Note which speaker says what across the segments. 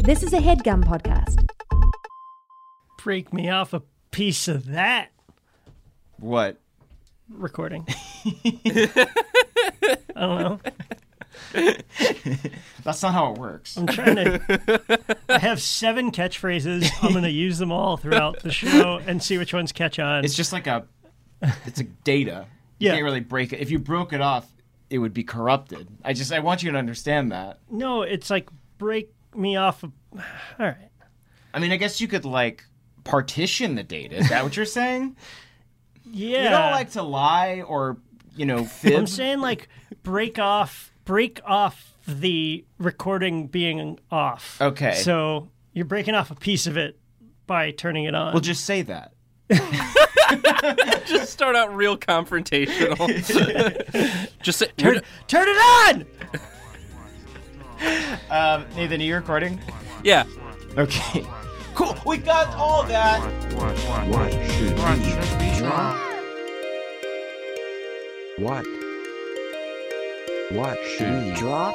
Speaker 1: This is a headgum podcast.
Speaker 2: Break me off a piece of that
Speaker 3: What?
Speaker 2: recording. I don't know.
Speaker 3: That's not how it works.
Speaker 2: I'm trying to. I have seven catchphrases. I'm going to use them all throughout the show and see which ones catch on.
Speaker 3: It's just like a, it's a data. You
Speaker 2: Yeah.
Speaker 3: can't really break it. If you broke it off, it would be corrupted. I just, I want you to understand that.
Speaker 2: no, it's like break me off. A... All right.
Speaker 3: I mean, I guess you could like partition the data. Is that what you're saying?
Speaker 2: Yeah.
Speaker 3: You don't like to lie or, you know,
Speaker 2: I'm
Speaker 3: fib.
Speaker 2: saying like break off, break off the recording being off.
Speaker 3: Okay.
Speaker 2: So you're breaking off a piece of it by turning it on.
Speaker 3: Well, just say that.
Speaker 4: Just start out real confrontational. Just say,
Speaker 2: turn, turn it on.
Speaker 3: Um, Nathan, are you recording?
Speaker 4: yeah.
Speaker 3: Okay. Cool. We got all that.
Speaker 5: What, what, what should be drawn? What? What should be drawn?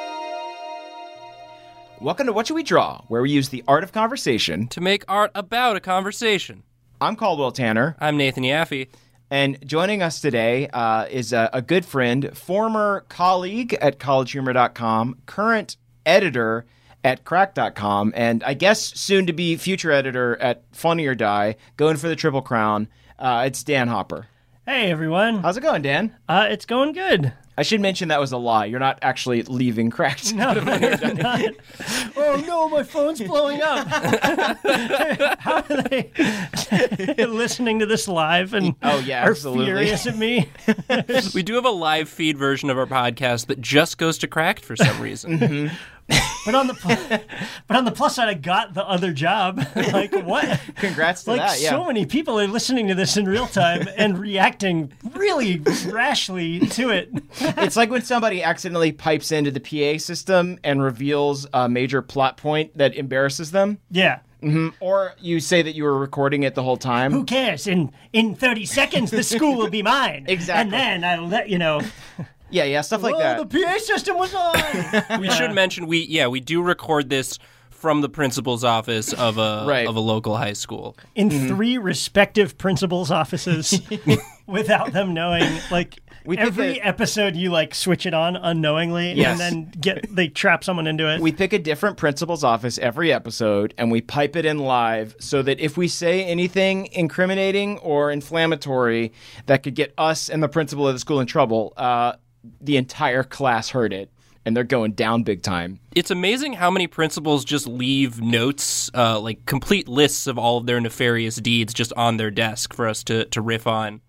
Speaker 3: Welcome to What Should We Draw, where we use the art of conversation.
Speaker 4: To make art about a conversation.
Speaker 3: I'm Caldwell Tanner.
Speaker 4: I'm Nathan Yaffe.
Speaker 3: And joining us today uh, is a, a good friend, former colleague at collegehumor.com, current editor at crack.com, and I guess soon to be future editor at Funny or Die, going for the Triple Crown. Uh, it's Dan Hopper.
Speaker 2: Hey everyone.
Speaker 3: How's it going, Dan?
Speaker 2: Uh, it's going good.
Speaker 3: I should mention that was a lie. You're not actually leaving cracked.
Speaker 2: No, I'm not. Oh no, my phone's blowing up. How are they listening to this live and
Speaker 3: Oh, yeah,
Speaker 2: are
Speaker 3: absolutely.
Speaker 2: furious at me?
Speaker 4: We do have a live feed version of our podcast that just goes to cracked for some reason.
Speaker 2: But on the pl- but on the plus side, I got the other job. like what?
Speaker 3: Congrats to
Speaker 2: Like
Speaker 3: that. Yeah.
Speaker 2: so many people are listening to this in real time and reacting really rashly to it.
Speaker 3: it's like when somebody accidentally pipes into the PA system and reveals a major plot point that embarrasses them,
Speaker 2: Yeah.
Speaker 3: Mm-hmm. or you say that you were recording it the whole time.
Speaker 2: Who cares? In in thirty seconds, the school will be mine.
Speaker 3: Exactly.
Speaker 2: And then I'll let you know.
Speaker 3: Yeah, yeah, stuff like
Speaker 2: oh,
Speaker 3: that.
Speaker 2: the PA system was on.
Speaker 4: we should mention we yeah, we do record this from the principal's office of a
Speaker 3: Right.
Speaker 4: of a local high school.
Speaker 2: in
Speaker 3: Mm-hmm.
Speaker 2: three respective principals' offices without them knowing. Like
Speaker 3: We think
Speaker 2: every
Speaker 3: that-
Speaker 2: episode, you like switch it on unknowingly, and
Speaker 3: Yes.
Speaker 2: then get they trap someone into it.
Speaker 3: We pick a different principal's office every episode and we pipe it in live so that if we say anything incriminating or inflammatory that could get us and the principal of the school in trouble, uh, the entire class heard it and they're going down big time.
Speaker 4: It's amazing how many principals just leave notes, uh, like complete lists of all of their nefarious deeds, just on their desk for us to, to riff on.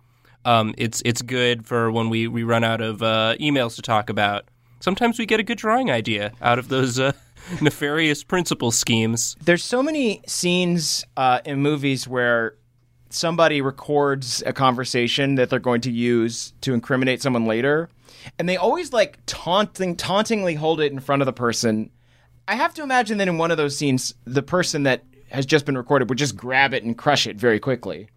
Speaker 4: Um, it's it's good for when we, we run out of uh, emails to talk about. Sometimes we get a good drawing idea out of those uh, nefarious principal schemes.
Speaker 3: There's so many scenes uh, in movies where somebody records a conversation that they're going to use to incriminate someone later, and they always like taunting, tauntingly hold it in front of the person. I have to imagine that in one of those scenes, the person that has just been recorded would just grab it and crush it very quickly.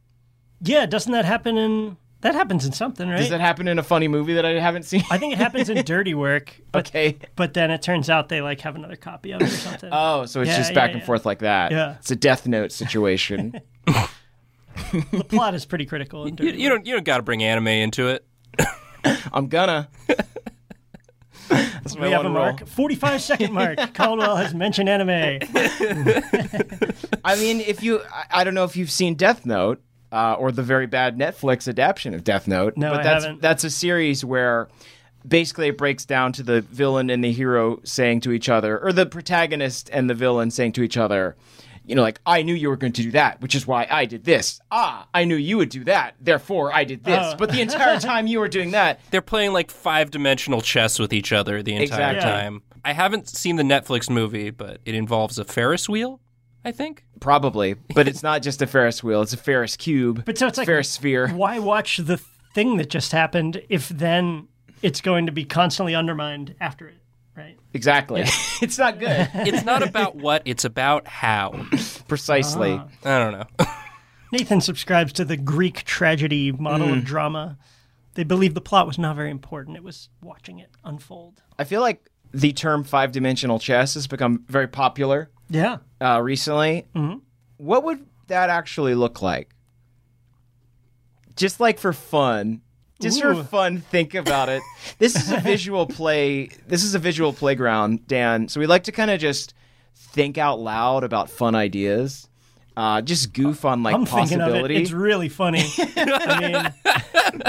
Speaker 2: yeah, doesn't that happen in that happens in something, right?
Speaker 3: Does that happen in a funny movie that I haven't seen?
Speaker 2: I think it happens in Dirty Work. But,
Speaker 3: okay.
Speaker 2: but then it turns out they like have another copy of it or something.
Speaker 3: Oh, so it's
Speaker 2: Yeah,
Speaker 3: just
Speaker 2: yeah,
Speaker 3: back and
Speaker 2: yeah.
Speaker 3: forth like that.
Speaker 2: Yeah.
Speaker 3: It's a Death Note situation.
Speaker 2: the plot is pretty critical. In
Speaker 4: You,
Speaker 2: Dirty
Speaker 4: you don't you don't got to bring anime into it.
Speaker 3: I'm gonna. That's my
Speaker 2: We have a
Speaker 3: one rule.
Speaker 2: mark. 45 second mark. Caldwell has mentioned anime.
Speaker 3: I mean, if you, I, I don't know if you've seen Death Note uh, or the very bad Netflix adaptation of Death Note.
Speaker 2: No,
Speaker 3: but
Speaker 2: I
Speaker 3: that's
Speaker 2: haven't.
Speaker 3: that's a series where basically it breaks down to the villain and the hero saying to each other, or the protagonist and the villain saying to each other, you know, like I knew you were going to do that, which is why I did this. Ah, I knew you would do that, therefore I did this.
Speaker 2: Oh.
Speaker 3: But the entire time you were doing that,
Speaker 4: They're playing like five dimensional chess with each other the entire
Speaker 3: Exactly.
Speaker 2: Yeah.
Speaker 4: time. I haven't seen the Netflix movie, but it involves a Ferris wheel, I think.
Speaker 3: probably. But it's not just a Ferris wheel; it's a Ferris cube.
Speaker 2: But so it's like
Speaker 3: Ferris sphere.
Speaker 2: why watch the thing that just happened if then it's going to be constantly undermined after it, right?
Speaker 3: Exactly. it's not good.
Speaker 4: It's not about what, it's about how.
Speaker 3: Precisely.
Speaker 2: Uh-huh.
Speaker 4: I don't know.
Speaker 2: Nathan subscribes to the Greek tragedy model
Speaker 3: Mm.
Speaker 2: of drama. They believe the plot was not very important. It was watching it unfold.
Speaker 3: I feel like the term five dimensional chess has become very popular
Speaker 2: Yeah.
Speaker 3: uh, recently.
Speaker 2: Mm-hmm.
Speaker 3: What would that actually look like? Just like for fun. Just
Speaker 2: Ooh.
Speaker 3: for fun, think about it. this is a visual play. This is a visual playground, Dan. So we like to kind of just think out loud about fun ideas. Uh, just goof on like
Speaker 2: I'm thinking of it.
Speaker 3: possibility.
Speaker 2: It's really funny. I mean,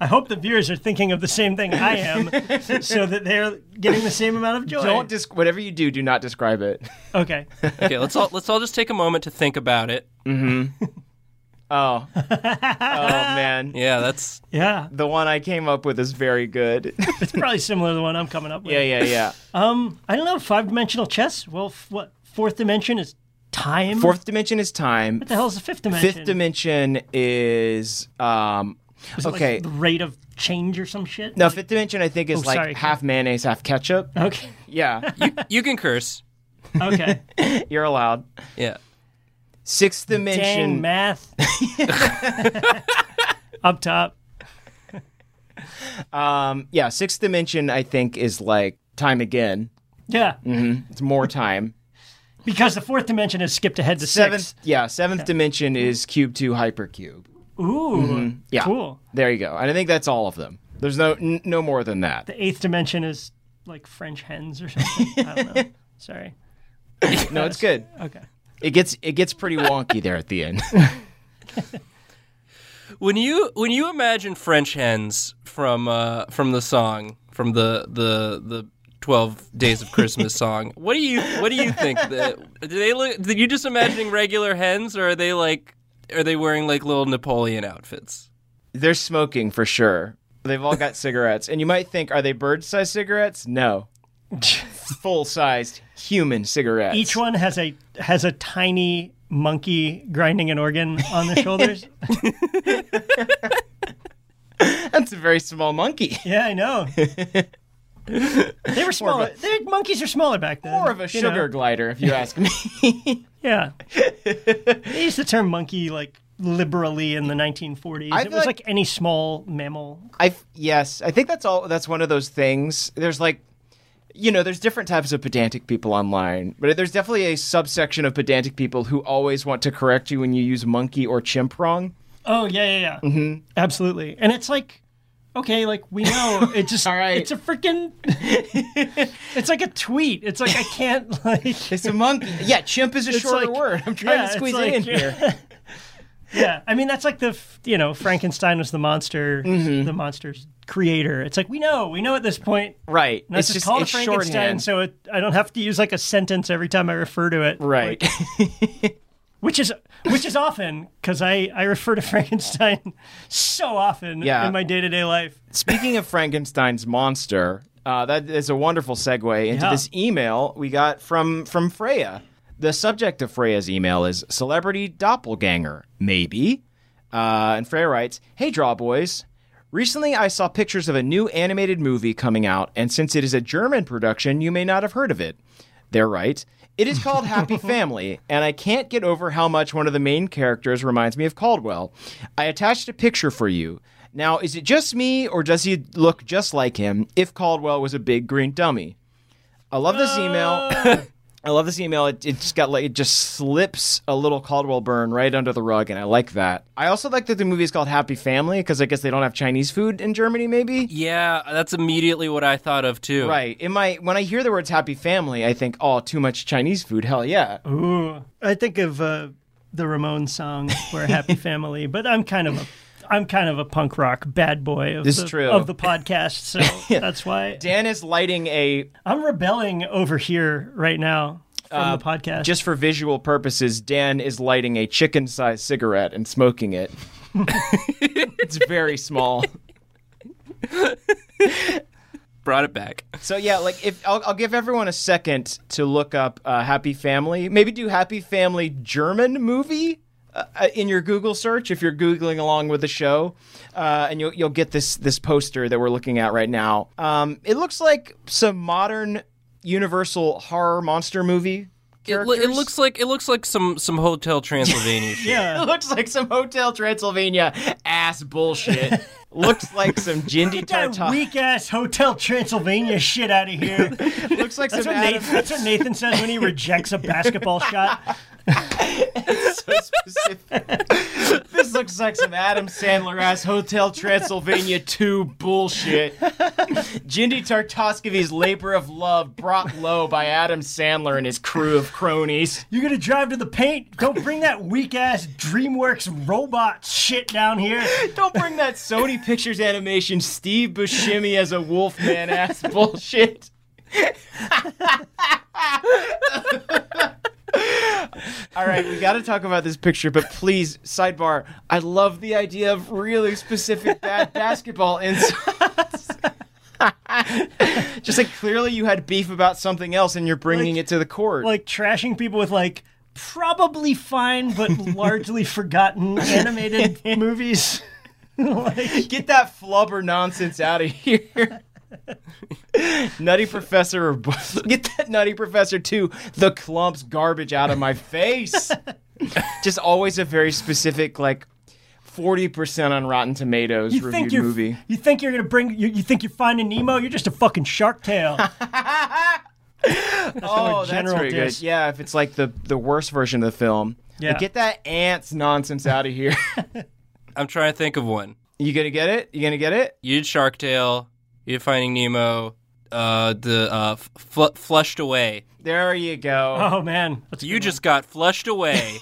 Speaker 2: I hope the viewers are thinking of the same thing I am, so that they're getting the same amount of joy.
Speaker 3: Don't dis- whatever you do, do not describe it.
Speaker 2: okay.
Speaker 4: Okay, let's all let's all just take a moment to think about it.
Speaker 3: Oh, oh man,
Speaker 4: Yeah, that's
Speaker 2: Yeah.
Speaker 3: the one I came up with is very good.
Speaker 2: It's probably similar to the one I'm coming up with.
Speaker 3: yeah, yeah, yeah.
Speaker 2: Um, I don't know. Five dimensional chess. Well, f- what fourth dimension is time.
Speaker 3: Fourth dimension is time.
Speaker 2: What the hell is the fifth dimension?
Speaker 3: Fifth dimension is um
Speaker 2: Is it like
Speaker 3: okay.
Speaker 2: the rate of change or some shit.
Speaker 3: no, fifth dimension I think is
Speaker 2: Oh,
Speaker 3: like
Speaker 2: sorry.
Speaker 3: half mayonnaise, half ketchup.
Speaker 2: Okay.
Speaker 3: Yeah,
Speaker 4: you can curse.
Speaker 2: Okay.
Speaker 3: you're allowed.
Speaker 4: Yeah.
Speaker 3: Sixth
Speaker 2: Dang
Speaker 3: dimension.
Speaker 2: math. Up top.
Speaker 3: um yeah, sixth dimension I think is like time again.
Speaker 2: Yeah.
Speaker 3: It's more time.
Speaker 2: Because the fourth dimension has skipped ahead to
Speaker 3: Seventh
Speaker 2: six.
Speaker 3: yeah, seventh dimension is cube 2 hypercube.
Speaker 2: Ooh.
Speaker 3: Mm-hmm. Yeah.
Speaker 2: Cool.
Speaker 3: There you go. And I think that's all of them. There's no n- no more than that.
Speaker 2: The eighth dimension is like French hens or something. I don't know. Sorry.
Speaker 3: No, it's good.
Speaker 2: Okay.
Speaker 3: It gets it gets pretty wonky there at the end.
Speaker 4: When you when you imagine French hens from uh, from the song from the the the Twelve Days of Christmas song, what do you what do you think that do they look? Are you just imagining regular hens, or are they like are they wearing like little Napoleon outfits?
Speaker 3: They're smoking for sure. They've all got cigarettes. And you might think, are they bird sized cigarettes? No. Full sized human cigarettes.
Speaker 2: Each one has a has a tiny monkey grinding an organ on their shoulders.
Speaker 3: That's a very small monkey.
Speaker 2: yeah, I know. They were smaller. Their monkeys are smaller back then.
Speaker 3: More of a
Speaker 2: you know.
Speaker 3: sugar glider, if you ask me.
Speaker 2: Yeah. they used the term monkey like liberally in the 1940s.
Speaker 3: I
Speaker 2: it
Speaker 3: feel
Speaker 2: was like,
Speaker 3: like-
Speaker 2: any small mammal.
Speaker 3: I yes, I think that's all. That's one of those things. There's like, you know, there's different types of pedantic people online, but there's definitely a subsection of pedantic people who always want to correct you when you use monkey or chimp wrong.
Speaker 2: Oh yeah, yeah, yeah. Mm-hmm. Absolutely. And it's like, okay, like we know it just.
Speaker 3: All right.
Speaker 2: It's a freaking. it's like a tweet. It's like I can't like.
Speaker 3: It's a monkey. Yeah, chimp is a shorter
Speaker 2: like-
Speaker 3: word. I'm trying
Speaker 2: yeah,
Speaker 3: to
Speaker 2: it's
Speaker 3: squeeze
Speaker 2: like-
Speaker 3: it in here.
Speaker 2: Yeah, I mean that's like the f- you know Frankenstein was the monster,
Speaker 3: Mm-hmm.
Speaker 2: the monster's creator. It's like we know, we know at this point.
Speaker 3: Right.
Speaker 2: No, it's, just called a Frankenstein,
Speaker 3: shorthand.
Speaker 2: so it, I don't have to use like a sentence every time I refer to it.
Speaker 3: Right.
Speaker 2: Like, which is which is often because I I refer to Frankenstein so often
Speaker 3: Yeah.
Speaker 2: in my day to day life.
Speaker 3: Speaking of Frankenstein's monster, uh, that is a wonderful segue into
Speaker 2: Yeah.
Speaker 3: this email we got from from Freya. The subject of Freya's email is celebrity doppelganger, maybe. Uh, and Freya writes, "Hey, Draw Boys." Recently, I saw pictures of a new animated movie coming out, and since it is a German production, you may not have heard of it. They're right. It is called Happy Family, and I can't get over how much one of the main characters reminds me of Caldwell. I attached a picture for you. Now, is it just me, or does he look just like him if Caldwell was a big green dummy? I love this email. I love this email. It, it just got like it just slips a little Caldwell burn right under the rug, and I like that. I also like that the movie is called Happy Family because I guess they don't have Chinese food in Germany, maybe.
Speaker 4: Yeah, that's immediately what I thought of too.
Speaker 3: Right. In my when I hear the words happy family, I think, oh, too much Chinese food. Hell yeah.
Speaker 2: Ooh, I think of uh, the Ramones song "We're a Happy Family," but I'm kind of a I'm kind of a punk rock bad boy of
Speaker 3: This is
Speaker 2: the,
Speaker 3: true.
Speaker 2: of the podcast, so that's why
Speaker 3: Dan is lighting a
Speaker 2: I'm rebelling over here right now from the podcast.
Speaker 3: Uh, just for visual purposes. Dan is lighting a chicken-sized cigarette and smoking it. it's very small.
Speaker 4: Brought it back.
Speaker 3: So yeah, like if I'll, I'll give everyone a second to look up uh, Happy Family. Maybe do Happy Family German movie uh, uh, in your Google search if you're googling along with the show, uh, and you'll you'll get this this poster that we're looking at right now. Um, it looks like some modern Universal horror monster movie.
Speaker 4: It,
Speaker 3: Characters.
Speaker 4: loo- it looks like it looks like some some Hotel Transylvania shit.
Speaker 3: It
Speaker 2: yeah,
Speaker 3: looks like some Hotel Transylvania ass bullshit. looks like some Jindy
Speaker 2: Get that
Speaker 3: tartar.
Speaker 2: weak ass Hotel Transylvania shit out of here.
Speaker 3: Looks like
Speaker 2: That's
Speaker 3: some
Speaker 2: what,
Speaker 3: Adam,
Speaker 2: Nathan, that's what Nathan says when he rejects a basketball shot.
Speaker 3: so specific. this looks like some Adam Sandler ass Hotel Transylvania 2 bullshit. Jindy Tartovsky's labor of love brought low by Adam Sandler and his crew of cronies.
Speaker 2: You're gonna drive to the paint. Don't bring that weak ass DreamWorks robot shit down here.
Speaker 3: Don't bring that Sony Pictures animation Steve Buscemi as a wolfman ass bullshit. All right, we got to talk about this picture, but please, sidebar. I love the idea of really specific bad basketball insights. Just like clearly you had beef about something else and you're bringing
Speaker 2: Like-
Speaker 3: it to the court.
Speaker 2: Like trashing people with like probably fine but largely forgotten animated movies. like,
Speaker 3: Get that flubber nonsense out of here. nutty Professor, or bu- get that Nutty Professor too. The clumps garbage out of my face. Just always a very specific, like forty percent on Rotten Tomatoes
Speaker 2: you
Speaker 3: reviewed
Speaker 2: think you're
Speaker 3: movie.
Speaker 2: you think you're gonna bring you, you think you're finding Nemo? You're just a fucking Shark Tale.
Speaker 3: Oh,
Speaker 2: general
Speaker 3: very good.
Speaker 2: diss.
Speaker 3: Yeah, if it's like the the worst version of the film.
Speaker 2: Yeah.
Speaker 3: But get that ants nonsense out of here.
Speaker 4: I'm trying to think of one.
Speaker 3: you gonna get it? You gonna get it?
Speaker 4: You did Shark Tale. You did Finding Nemo. Uh, the uh, f- fl- flushed away.
Speaker 3: There you go.
Speaker 2: Oh man, that's a
Speaker 4: You
Speaker 2: good
Speaker 4: just got flushed away.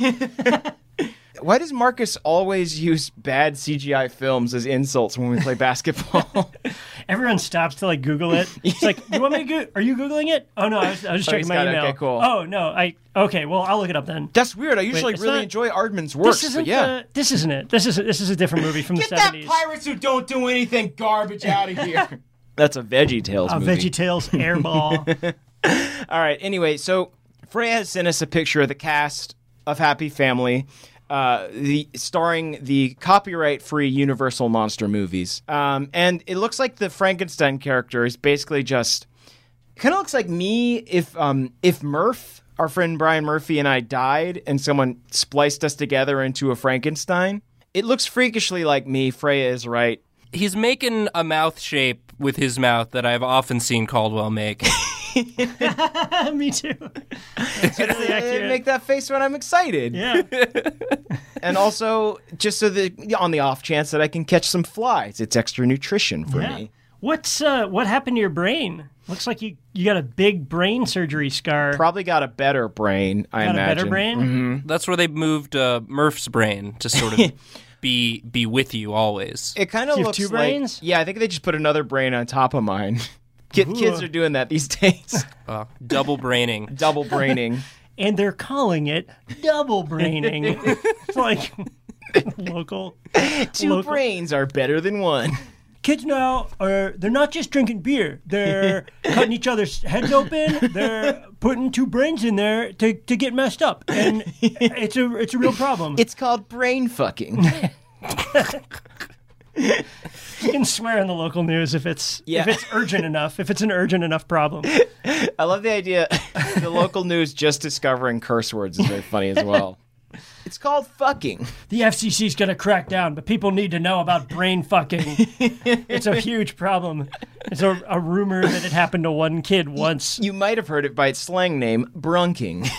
Speaker 3: Why does Marcus always use bad CGI films as insults when we play basketball?
Speaker 2: one. everyone stops to like Google it. It's like, you want me to? Go- are you googling it? Oh no, I was, I was just
Speaker 3: Oh,
Speaker 2: checking
Speaker 3: he's
Speaker 2: my
Speaker 3: got it.
Speaker 2: email.
Speaker 3: Okay, cool.
Speaker 2: Oh no, I okay. Well, I'll look it up then.
Speaker 3: That's weird. I usually
Speaker 2: it's
Speaker 3: really
Speaker 2: not-
Speaker 3: enjoy Aardman's work,
Speaker 2: this isn't
Speaker 3: but yeah.
Speaker 2: the- this isn't it. This is this is a different movie from the seventies.
Speaker 3: pirates who don't do anything garbage out of here. That's a Veggie Tales
Speaker 2: A
Speaker 3: movie.
Speaker 2: Uh, Veggie Tales Airball.
Speaker 3: All right. Anyway, so Freya has sent us a picture of the cast of Happy Family, uh, the starring the copyright-free Universal monster movies, um, and it looks like the Frankenstein character is basically just kind of looks like me if um, if Murph, our friend Brian Murphy, and I died, and someone spliced us together into a Frankenstein. It looks freakishly like me. Freya is right.
Speaker 4: He's making a mouth shape with his mouth that I've often seen Caldwell make.
Speaker 2: Me too.
Speaker 3: Uh,
Speaker 2: accurate.
Speaker 3: make that face when I'm excited.
Speaker 2: Yeah.
Speaker 3: and also just so that on the off chance that I can catch some flies, it's extra nutrition for
Speaker 2: yeah.
Speaker 3: me.
Speaker 2: What's uh, what happened to your brain? Looks like you you got a big brain surgery scar.
Speaker 3: Probably got a better brain. I
Speaker 2: got a
Speaker 3: imagine.
Speaker 2: better
Speaker 3: Mm-hmm.
Speaker 2: brain.
Speaker 4: That's where they moved uh, Murph's brain to sort of be be with you always.
Speaker 3: It kind of
Speaker 2: You have
Speaker 3: looks
Speaker 2: two
Speaker 3: like
Speaker 2: brains?
Speaker 3: yeah. I think they just put another brain on top of mine. Kid, kids are doing that these days.
Speaker 4: Uh, double braining.
Speaker 3: Double braining.
Speaker 2: And they're calling it double braining. it's like local.
Speaker 3: Two
Speaker 2: Local-
Speaker 3: brains are better than one.
Speaker 2: Kids now are they're not just drinking beer. They're cutting each other's heads open. They're putting two brains in there to, to get messed up. And it's a it's a real problem.
Speaker 3: It's called brain fucking.
Speaker 2: You can swear in the local news if it's
Speaker 3: Yeah.
Speaker 2: if it's urgent enough, if it's an urgent enough problem.
Speaker 3: I love the idea. The local news just discovering curse words is very funny as well. It's called fucking.
Speaker 2: The FCC's going to crack down, but people need to know about brain fucking. it's a huge problem. It's a, a rumor that it happened to one kid once.
Speaker 3: You might have heard it by its slang name, brunking.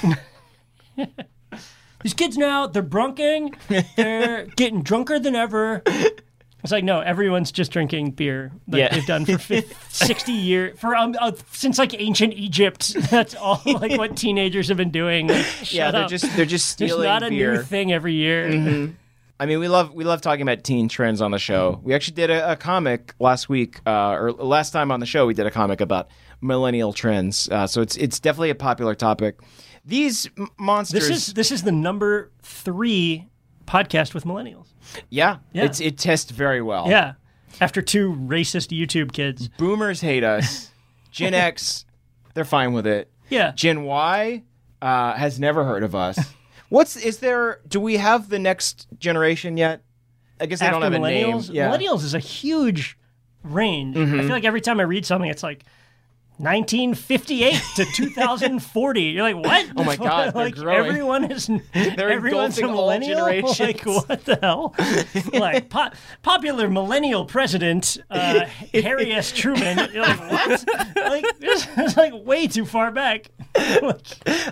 Speaker 2: These kids now, they're brunking, they're getting drunker than ever. It's like no, everyone's just drinking beer that
Speaker 3: Yeah.
Speaker 2: they've done for 50, sixty years, for um, uh, since like ancient Egypt. That's all like what teenagers have been doing. Like,
Speaker 3: yeah,
Speaker 2: shut
Speaker 3: they're
Speaker 2: up.
Speaker 3: just they're just
Speaker 2: There's
Speaker 3: stealing
Speaker 2: not a
Speaker 3: beer. Mm-hmm.
Speaker 2: new thing every year.
Speaker 3: I mean, we love we love talking about teen trends on the
Speaker 2: Mm-hmm.
Speaker 3: show. We actually did a, a comic last week, uh, or last time on the show, we did a comic about millennial trends. Uh, so it's it's definitely a popular topic. These m- monsters,
Speaker 2: This is this is the number three podcast with millennials.
Speaker 3: yeah, It's, it tests very well.
Speaker 2: Yeah, after two racist YouTube kids.
Speaker 3: boomers hate us. Gen X, they're fine with it.
Speaker 2: Yeah,
Speaker 3: Gen Y uh, has never heard of us. What's is there? Do we have the next generation yet? I guess they
Speaker 2: after
Speaker 3: don't have a name.
Speaker 2: millennials.
Speaker 3: Yeah. Mm-hmm.
Speaker 2: Millennials is a huge range. I feel like every time I read something, it's like 1958 to 2040. You're like, what?
Speaker 3: Oh my God, they're
Speaker 2: like
Speaker 3: growing.
Speaker 2: everyone is everyone's a
Speaker 3: engulfing all
Speaker 2: millennial.
Speaker 3: generations.
Speaker 2: Like what the hell? like po- popular millennial president uh, Harry S. Truman. You're like, what? like this is like way too far back.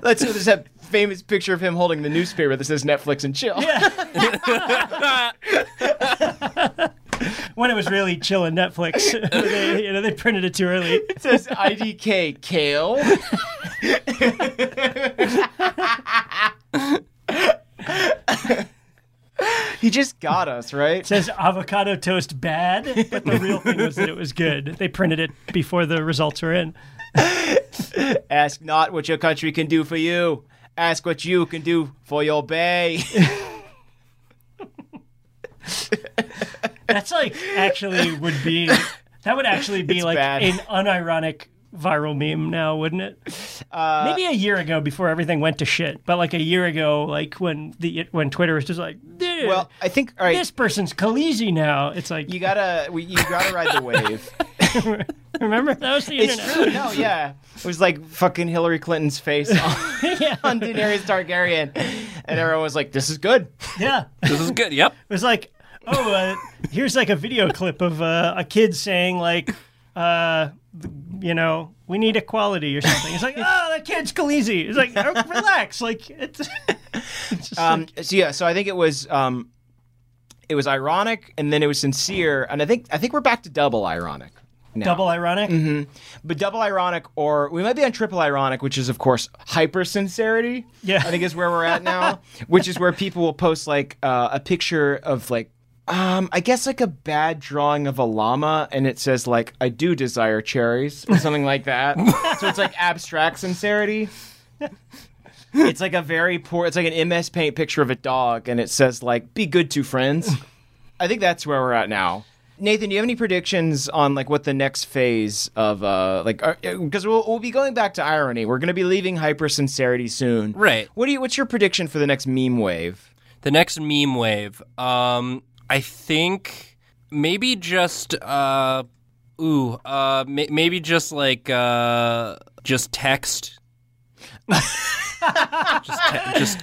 Speaker 3: Let's see, there's that famous picture of him holding the newspaper that says Netflix and chill.
Speaker 2: when it was really chill on Netflix, they, you know they printed it too early.
Speaker 3: It says IDK Kale. he just got us, right?
Speaker 2: says avocado toast bad, but the real thing was that it was good. They printed it before the results were in.
Speaker 3: Ask not what your country can do for you. Ask what you can do for your bay.
Speaker 2: That's like actually would be that would actually be
Speaker 3: It's
Speaker 2: like
Speaker 3: bad.
Speaker 2: an unironic viral meme now, wouldn't it?
Speaker 3: Uh,
Speaker 2: Maybe a year ago before everything went to shit, but like a year ago, like when the when Twitter was just like, dude,
Speaker 3: well, I think all right.
Speaker 2: this person's Khaleesi now. It's like
Speaker 3: you gotta, we, you gotta ride the wave.
Speaker 2: remember that was the
Speaker 3: It's
Speaker 2: internet.
Speaker 3: true. No, yeah, it was like fucking Hillary Clinton's face on, on Daenerys Targaryen, and everyone was like, "This is good."
Speaker 2: Yeah, it
Speaker 4: This is good. Yep.
Speaker 2: was like, oh, uh, here's like a video clip of uh, a kid saying like, uh, you know, we need equality or something. It's like, oh, that kid's Khaleesi. It's like, oh, relax, like it's. it's just
Speaker 3: Um, so yeah, so I think it was um, it was ironic, and then it was sincere, and I think I think we're back to double ironic. now.
Speaker 2: Double ironic.
Speaker 3: Mm-hmm. but double ironic, or we might be on triple ironic, which is of course hyper sincerity.
Speaker 2: Yeah.
Speaker 3: I think is where we're at now, which is where people will post like uh, a picture of like. Um, I guess like a bad drawing of a llama, and it says like "I do desire cherries" or something like that. so it's like abstract sincerity. It's like a very poor. It's like an MS Paint picture of a dog, and it says like "Be good to friends." I think that's where we're at now. Nathan, do you have any predictions on like what the next phase of uh like because we'll, we'll be going back to irony. We're going to be leaving hyper sincerity soon.
Speaker 4: Right.
Speaker 3: What do you what's your prediction for the next meme wave?
Speaker 4: The next meme wave. Um, I think maybe just uh, ooh, uh, ma maybe just like uh, just text. just, te- just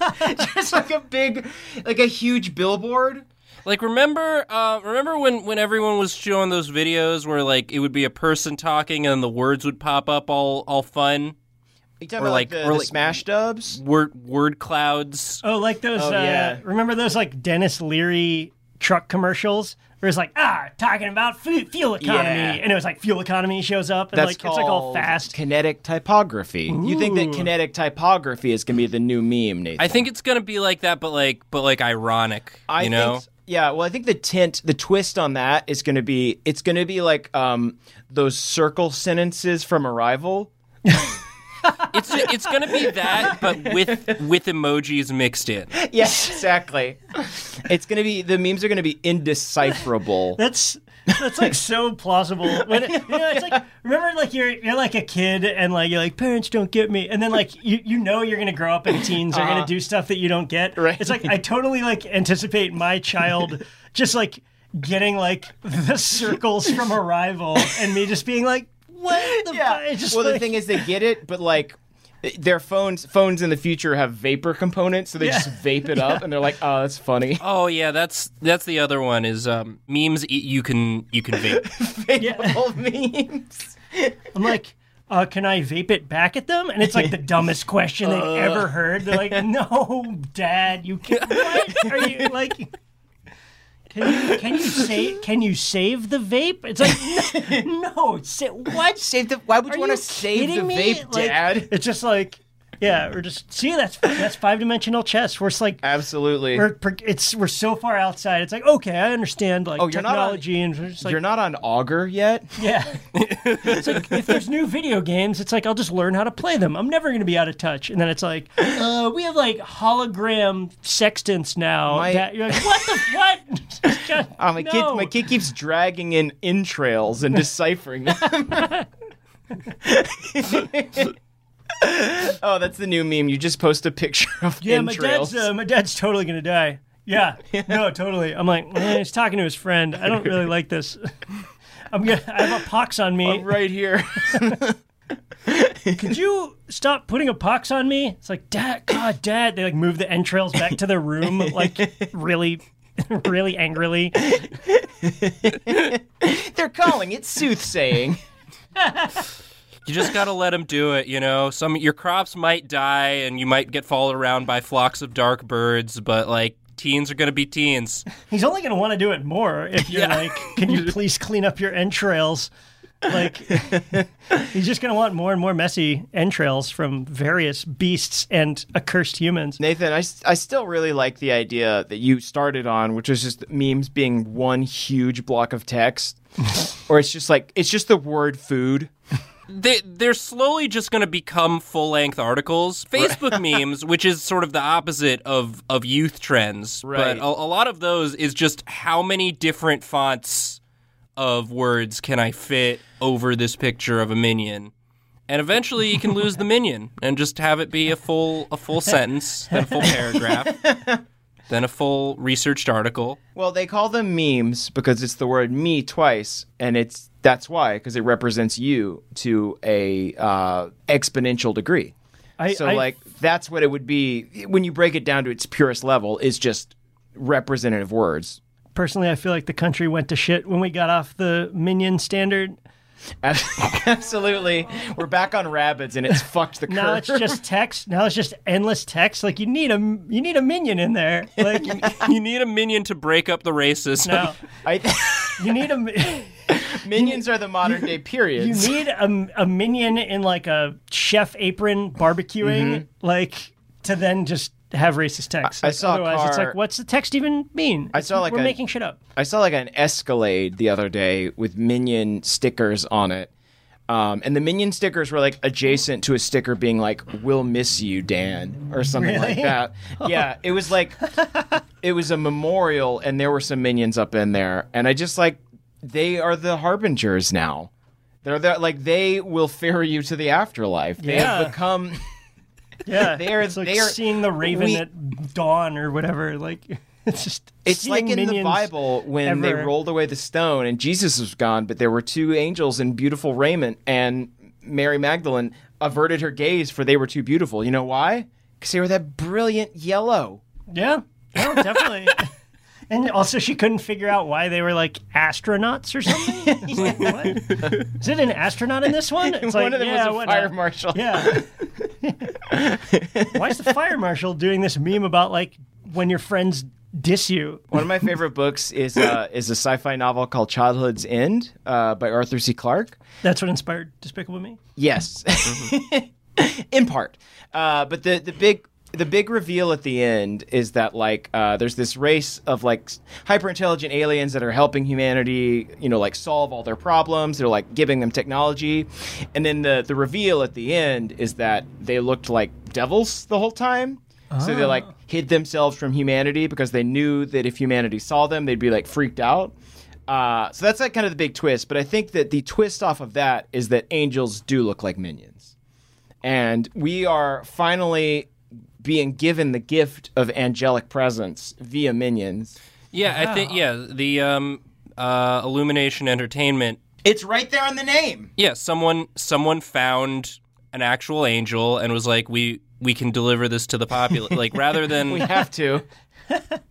Speaker 3: It's like a big like a huge billboard.
Speaker 4: like remember, uh, remember when when everyone was showing those videos where like it would be a person talking and the words would pop up all all fun
Speaker 3: You talking
Speaker 4: Or
Speaker 3: about like,
Speaker 4: like-
Speaker 3: the,
Speaker 4: or
Speaker 3: the
Speaker 4: like-
Speaker 3: smash dubs?
Speaker 4: word word clouds.
Speaker 2: Oh, like those.
Speaker 3: Oh,
Speaker 2: uh,
Speaker 3: yeah.
Speaker 2: Remember those like Dennis Leary truck commercials? Where it's like, ah, talking about fu- fuel economy,
Speaker 3: Yeah.
Speaker 2: and it was like fuel economy shows up, and
Speaker 3: That's
Speaker 2: like it's like all
Speaker 3: called
Speaker 2: fast.
Speaker 3: kinetic typography. You think that kinetic typography is going to be the new meme, Nathan?
Speaker 4: I think it's gonna be like that, but like but like ironic.
Speaker 3: I
Speaker 4: you know.
Speaker 3: Think, yeah, well, I think the tint, the twist on that is going to be it's going to be like um, those circle sentences from Arrival.
Speaker 4: It's it's gonna be that, but with with emojis mixed in.
Speaker 3: Yes, exactly. it's going to be the memes are going to be indecipherable.
Speaker 2: That's that's like so plausible. When it, you know, it's like remember like you're you're like a kid and like you're like parents don't get me, and then like you you know you're gonna grow up and teens are gonna do stuff that you don't get.
Speaker 3: Uh-huh. Right.
Speaker 2: It's like I totally like anticipate my child just like getting like the circles from Arrival and me just being like. What the fu-" It's just
Speaker 3: well, the
Speaker 2: like-
Speaker 3: thing is, they get it, but like. Their phones phones in the future have vapor components, so they just vape it up, and they're like, "Oh, that's funny."
Speaker 4: Oh yeah, that's that's the other one is um, memes. e- You can you can vape.
Speaker 3: All memes.
Speaker 2: I'm like, uh, can I vape it back at them? And it's like the dumbest question they've
Speaker 3: Uh.
Speaker 2: ever heard. They're like, no, Dad, you can What are you like? Can you can you say can you save the vape? It's like no, no say, what?
Speaker 3: Save the. Why would
Speaker 2: Are
Speaker 3: you want to
Speaker 2: you
Speaker 3: save the
Speaker 2: kidding me?
Speaker 3: vape,
Speaker 2: Like,
Speaker 3: Dad?
Speaker 2: It's just like yeah, we're just see that's that's five dimensional chess. We're just like
Speaker 3: Absolutely.
Speaker 2: we're it's we're so far outside. It's like okay, I understand like
Speaker 3: Oh, you're not on-
Speaker 2: technology and we're just like
Speaker 3: You're not on Augur yet.
Speaker 2: yeah. it's like if there's new video games, it's like I'll just learn how to play them. I'm never going to be out of touch. And then it's like, uh, we have like hologram sextants now.
Speaker 3: My-
Speaker 2: that- you're like, what the what? It's just-
Speaker 3: Oh, my kid,
Speaker 2: no.
Speaker 3: my kid keeps dragging in entrails and deciphering them. oh, that's the new meme. You just post a picture of
Speaker 2: Yeah, my
Speaker 3: entrails.
Speaker 2: dad's uh, my dad's totally going to die. Yeah, no, totally. I'm like, eh, he's talking to his friend. I don't really like this. I'm gonna. I have a pox on me.
Speaker 3: right here.
Speaker 2: Could you stop putting a pox on me? It's like, Dad, God, Dad. They like move the entrails back to the room, like really, really angrily.
Speaker 3: They're calling it soothsaying.
Speaker 4: You just gotta let them do it, you know. Some your crops might die, and you might get followed around by flocks of dark birds. But like teens are gonna be teens.
Speaker 2: He's only gonna want to do it more if you're
Speaker 4: Yeah.
Speaker 2: like, Can you please clean up your entrails? Like, he's just gonna want more and more messy entrails from various beasts and accursed humans.
Speaker 3: Nathan, I, s- I still really like the idea that you started on, which is just memes being one huge block of text, or it's just like it's just the word food.
Speaker 4: They they're slowly just gonna become full length articles, Facebook memes, which is sort of the opposite of of youth trends.
Speaker 3: Right.
Speaker 4: But a, a lot of those is just how many different fonts of words can I fit over this picture of a minion. And eventually, you can lose the minion and just have it be a full a full sentence, then a full paragraph, then a full researched article.
Speaker 3: Well, they call them memes because it's the word me twice, and it's that's why because it represents you to a uh, exponential degree.
Speaker 2: I,
Speaker 3: so
Speaker 2: I-
Speaker 3: like that's what it would be when you break it down to its purest level is just representative words.
Speaker 2: personally, I feel like the country went to shit when we got off the minion standard.
Speaker 3: Absolutely, we're back on rabbits, and it's fucked the curve.
Speaker 2: Now it's just text. Now it's just endless text. Like you need a you need a minion in there. Like
Speaker 4: You need a minion to break up the racism.
Speaker 2: no,
Speaker 3: I
Speaker 2: you need a
Speaker 3: Minions are the modern day
Speaker 2: you
Speaker 3: periods.
Speaker 2: need a, a minion in like a chef apron barbecuing. Like to then just have racist text.
Speaker 3: Mm-hmm. I- I
Speaker 2: Like,
Speaker 3: saw a
Speaker 2: Otherwise, it's
Speaker 3: car-
Speaker 2: like what's the text even mean?
Speaker 3: I saw, like,
Speaker 2: we're
Speaker 3: a-
Speaker 2: making shit up.
Speaker 3: I saw like an Escalade the other day with Minion stickers on it. Um, and the Minion stickers were like adjacent to a sticker being like, We'll miss you, Dan, or something like
Speaker 2: Really?
Speaker 3: that. Yeah, it was like, it was a memorial, and there were some Minions up in there. And I just like, they are the harbingers now. They're the, like, they will ferry you to the afterlife. They
Speaker 2: Yeah.
Speaker 3: have become,
Speaker 2: Yeah,
Speaker 3: They are-
Speaker 2: it's like
Speaker 3: they are-
Speaker 2: seeing the raven
Speaker 3: we-
Speaker 2: at dawn or whatever. Like it's just
Speaker 3: It's
Speaker 2: seeing
Speaker 3: like in the
Speaker 2: minions-
Speaker 3: Bible when they
Speaker 2: ever.
Speaker 3: rolled away the stone and Jesus was gone, but there were two angels in beautiful raiment, and Mary Magdalene averted her gaze for they were too beautiful. You know why? Because they were that brilliant yellow.
Speaker 2: Yeah, no, definitely. and also, she couldn't figure out why they were like astronauts or something. It's like, what? Is it an astronaut in this one? It's
Speaker 3: One
Speaker 2: like,
Speaker 3: of them
Speaker 2: yeah,
Speaker 3: was a
Speaker 2: what
Speaker 3: fire marshal.
Speaker 2: Yeah. why is the fire marshal doing this meme about like when your friends diss you?
Speaker 3: One of my favorite books is uh, is a sci-fi novel called Childhood's End uh, by Arthur C. Clarke.
Speaker 2: That's what inspired Despicable Me.
Speaker 3: Yes, in part. Uh, but the the big the big reveal at the end is that like uh, there's this race of like hyper intelligent aliens that are helping humanity, you know, like solve all their problems. They're like giving them technology, and then the the reveal at the end is that they looked like devils the whole time. So they like hid themselves from humanity because they knew that if humanity saw them, they'd be like freaked out. Uh, so that's like kind of the big twist. But I think that the twist off of that is that angels do look like minions, and we are finally being given the gift of angelic presence via minions.
Speaker 4: Yeah, I think yeah, the um uh Illumination Entertainment.
Speaker 3: It's right there in the name.
Speaker 4: Yeah, someone someone found an actual angel and was like we we can deliver this to the populace. like rather than
Speaker 3: We have to.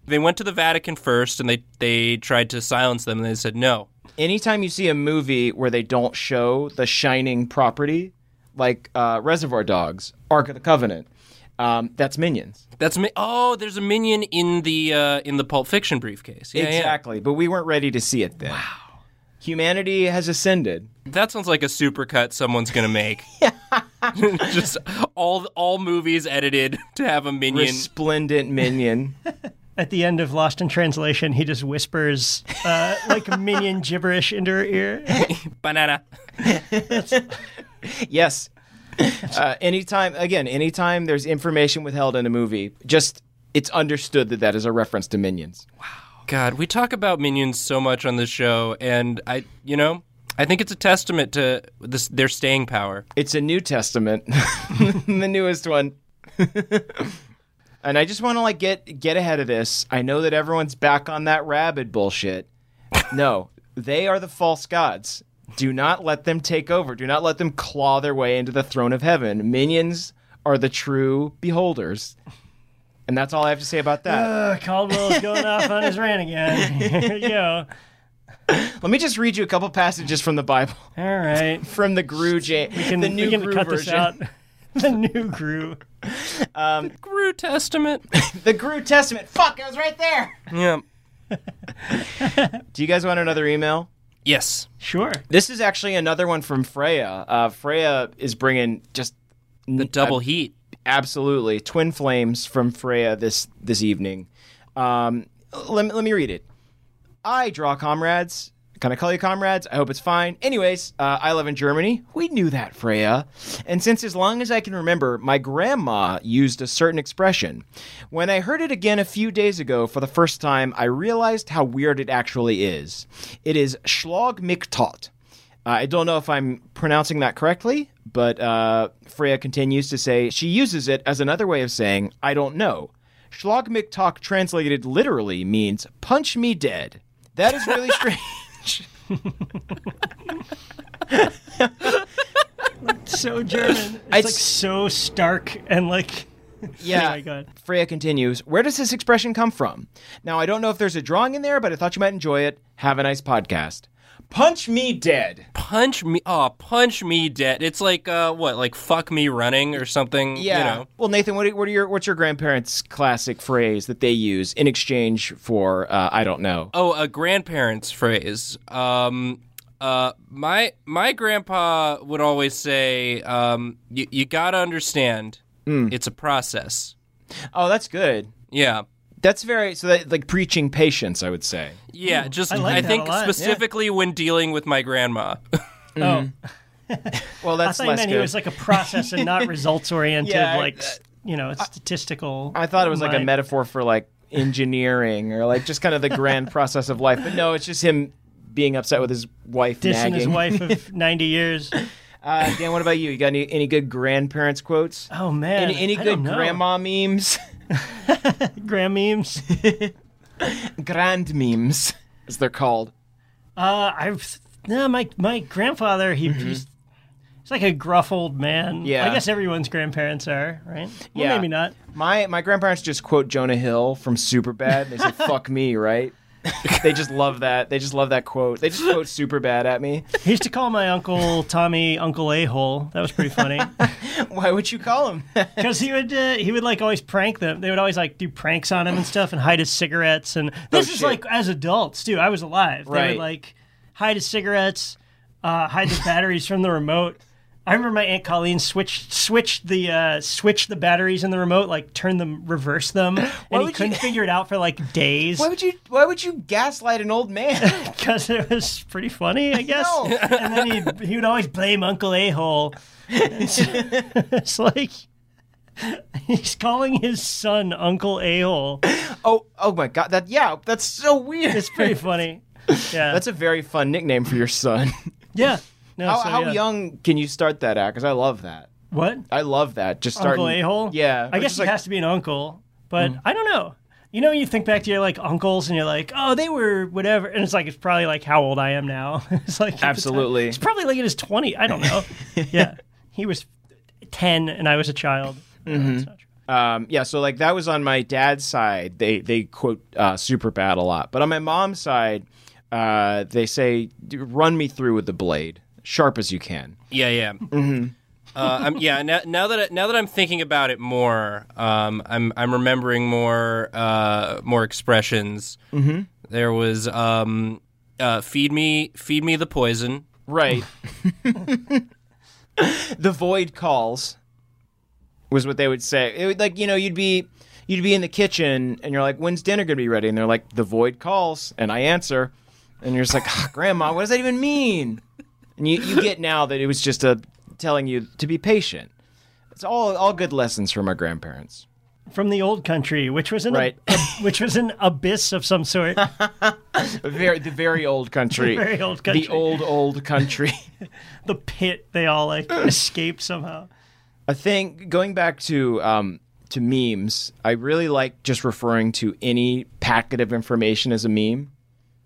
Speaker 4: they went to the Vatican first and they they tried to silence them and they said no.
Speaker 3: Anytime you see a movie where they don't show the shining property, like uh, Reservoir Dogs, Ark of the Covenant, um, that's minions.
Speaker 4: That's mi- oh, there's a minion in the uh in the Pulp Fiction briefcase. Yeah, yeah.
Speaker 3: exactly. But we weren't ready to see it then. Wow. Humanity has ascended.
Speaker 4: That sounds like a supercut someone's going to make. Just all all movies edited to have a minion.
Speaker 3: Resplendent minion.
Speaker 2: At the end of Lost in Translation, he just whispers uh, like minion gibberish into her ear.
Speaker 4: banana.
Speaker 3: Yes. Uh, anytime, again, anytime there's information withheld in a movie, just it's understood that that is a reference to Minions.
Speaker 4: God, we talk about minions so much on this show, and I, you know, I think it's a testament to this, their staying power.
Speaker 3: It's a New Testament, the newest one. and I just want to like get get ahead of this. I know that everyone's back on that rabid bullshit. No, They are the false gods. Do not let them take over. Do not let them claw their way into the throne of heaven. Minions are the true beholders. And that's all I have to say about that.
Speaker 2: Uh, Caldwell's going off on his rant again. Here you go.
Speaker 3: Let me just read you a couple passages from the Bible,
Speaker 2: All right.
Speaker 3: from the Gru Jam,
Speaker 2: Can,
Speaker 3: the
Speaker 2: we
Speaker 3: new
Speaker 2: can
Speaker 3: Gru
Speaker 2: cut this
Speaker 3: version.
Speaker 2: out. the new Gru.
Speaker 4: Grew Testament.
Speaker 3: The Gru Testament. Fuck, I was right there.
Speaker 4: yeah.
Speaker 3: Do you guys want another email?
Speaker 4: Yes.
Speaker 2: Sure.
Speaker 3: This is actually another one from Freya. Uh, Freya is bringing just
Speaker 4: The double heat.
Speaker 3: absolutely twin flames from Freya this this evening. Um, let me let me read it. I draw comrades. Can I call you comrades? I hope it's fine. Anyways, uh, I live in Germany. We knew that, Freya. And since as long as I can remember, my grandma used a certain expression. When I heard it again a few days ago for the first time, I realized how weird it actually is. It is Schlag mich tot. Uh, I don't know if I'm pronouncing that correctly, but uh, Freya continues to say she uses it as another way of saying, I don't know. Schlagmichtok translated literally means punch me dead. That is really strange.
Speaker 2: So German. It's
Speaker 3: I'd
Speaker 2: like
Speaker 3: s-
Speaker 2: so stark and like.
Speaker 3: yeah.
Speaker 2: Anyway, go ahead.
Speaker 3: Freya continues, Where does this expression come from? Now, I don't know if there's a drawing in there, but I thought you might enjoy it. Have a nice podcast. Punch me dead.
Speaker 4: Punch me. Oh, punch me dead. It's like, uh, what, like fuck me running or something?
Speaker 3: Yeah.
Speaker 4: You know?
Speaker 3: Well, Nathan, what are, what are your what's your grandparents' classic phrase that they use in exchange for uh, I don't know?
Speaker 4: Oh, a grandparent's phrase. Um, uh, my my grandpa would always say, um, you, you gotta understand, it's a process.
Speaker 3: Oh, that's good.
Speaker 4: Yeah.
Speaker 3: That's very so that like preaching patience, I would say.
Speaker 4: Yeah, just I,
Speaker 2: like that
Speaker 4: think
Speaker 2: a lot, yeah.
Speaker 4: specifically when dealing with my grandma.
Speaker 2: Oh,
Speaker 3: Well,
Speaker 2: I
Speaker 3: that's
Speaker 2: thought you
Speaker 3: less
Speaker 2: meant
Speaker 3: good.
Speaker 2: it was like a process and not results oriented,
Speaker 3: Yeah, I-
Speaker 2: like s- you know, it's statistical.
Speaker 3: I thought it was like a
Speaker 2: mind.
Speaker 3: metaphor for like engineering or like just kind of the grand process of life. But no, it's just him being upset with his wife
Speaker 2: Dissing
Speaker 3: nagging.
Speaker 2: his wife of ninety years.
Speaker 3: Uh, Dan, what about you? You got any, any good grandparents quotes?
Speaker 2: Oh man,
Speaker 3: any any
Speaker 2: I
Speaker 3: good
Speaker 2: don't know.
Speaker 3: grandma memes?
Speaker 2: grand memes?
Speaker 3: grand memes, as they're called.
Speaker 2: Uh, I've no my my grandfather. He he's he's like a gruff old man.
Speaker 3: Mm-hmm. Yeah.
Speaker 2: I guess everyone's grandparents are right. Well,
Speaker 3: Yeah.
Speaker 2: maybe not.
Speaker 3: My my grandparents just quote Jonah Hill from Superbad. They say "fuck me," right? they just love that. They just love that quote. They just quote Superbad at me.
Speaker 2: He used to call my uncle Tommy Uncle A Hole. That was pretty funny
Speaker 3: Why would you call him?
Speaker 2: because he would uh, he would like always prank them. They would always like do pranks on him and stuff, and hide his cigarettes. And this is
Speaker 3: Oh, shit.
Speaker 2: like as adults too. I was alive. They
Speaker 3: Right.
Speaker 2: would like hide his cigarettes, uh, hide the batteries from the remote. I remember my aunt Colleen switched switched the uh, switched the batteries in the remote, like turn them, reverse them, and he
Speaker 3: would
Speaker 2: couldn't
Speaker 3: you-
Speaker 2: figure it out for like days
Speaker 3: Why would you? Why would you gaslight an old man?
Speaker 2: because it was pretty funny, I guess.
Speaker 3: No.
Speaker 2: And then he he would always blame Uncle A Hole. It's like he's calling his son Uncle A Hole.
Speaker 3: oh, oh my God! That yeah, that's so weird.
Speaker 2: It's pretty funny. Yeah,
Speaker 3: that's a very fun nickname for your son.
Speaker 2: yeah. No,
Speaker 3: how
Speaker 2: so,
Speaker 3: how
Speaker 2: yeah.
Speaker 3: young can you start that at? Because I love that.
Speaker 2: What
Speaker 3: I love that. Just starting.
Speaker 2: Uncle A Hole?
Speaker 3: Yeah.
Speaker 2: I
Speaker 3: Or
Speaker 2: guess
Speaker 3: just
Speaker 2: it
Speaker 3: like, Mm-hmm.
Speaker 2: has to be an uncle, but I don't know. You know, you think back to your like uncles, and you're like, oh, they were whatever, and it's like it's probably like how old I am now. it's like at the time-
Speaker 3: Absolutely.
Speaker 2: It's probably like in his twenty. I don't know. yeah, he was ten, and I was a child. No, that's not true.
Speaker 3: Um, yeah, so like that was on my dad's side. They they quote uh, Superbad a lot, but on my mom's side, uh, they say, "D- "Run me through with the blade, sharp as you can."
Speaker 4: Yeah, yeah. Mm-hmm. Uh, I'm, yeah. Now, now that I, now that I'm thinking about it more, um, I'm I'm remembering more uh, more expressions. Mm-hmm. There was um, uh, feed me feed me the poison.
Speaker 3: Right. the void calls was what they would say. It would like you know you'd be you'd be in the kitchen and you're like, "When's dinner gonna be ready?" And they're like, "The void calls," and I answer, and you're just like, "Ah, "Grandma, what does that even mean?" And you you get now that it was just a telling you to be patient. It's all all good lessons from our grandparents.
Speaker 2: From the old country, which was an
Speaker 3: Right.
Speaker 2: ab- which was an abyss of some sort.
Speaker 3: The very the very old country.
Speaker 2: The very old country.
Speaker 3: The old old country.
Speaker 2: the pit they all like escaped somehow.
Speaker 3: a thing going back to um, to memes i really like just referring to any packet of information as a meme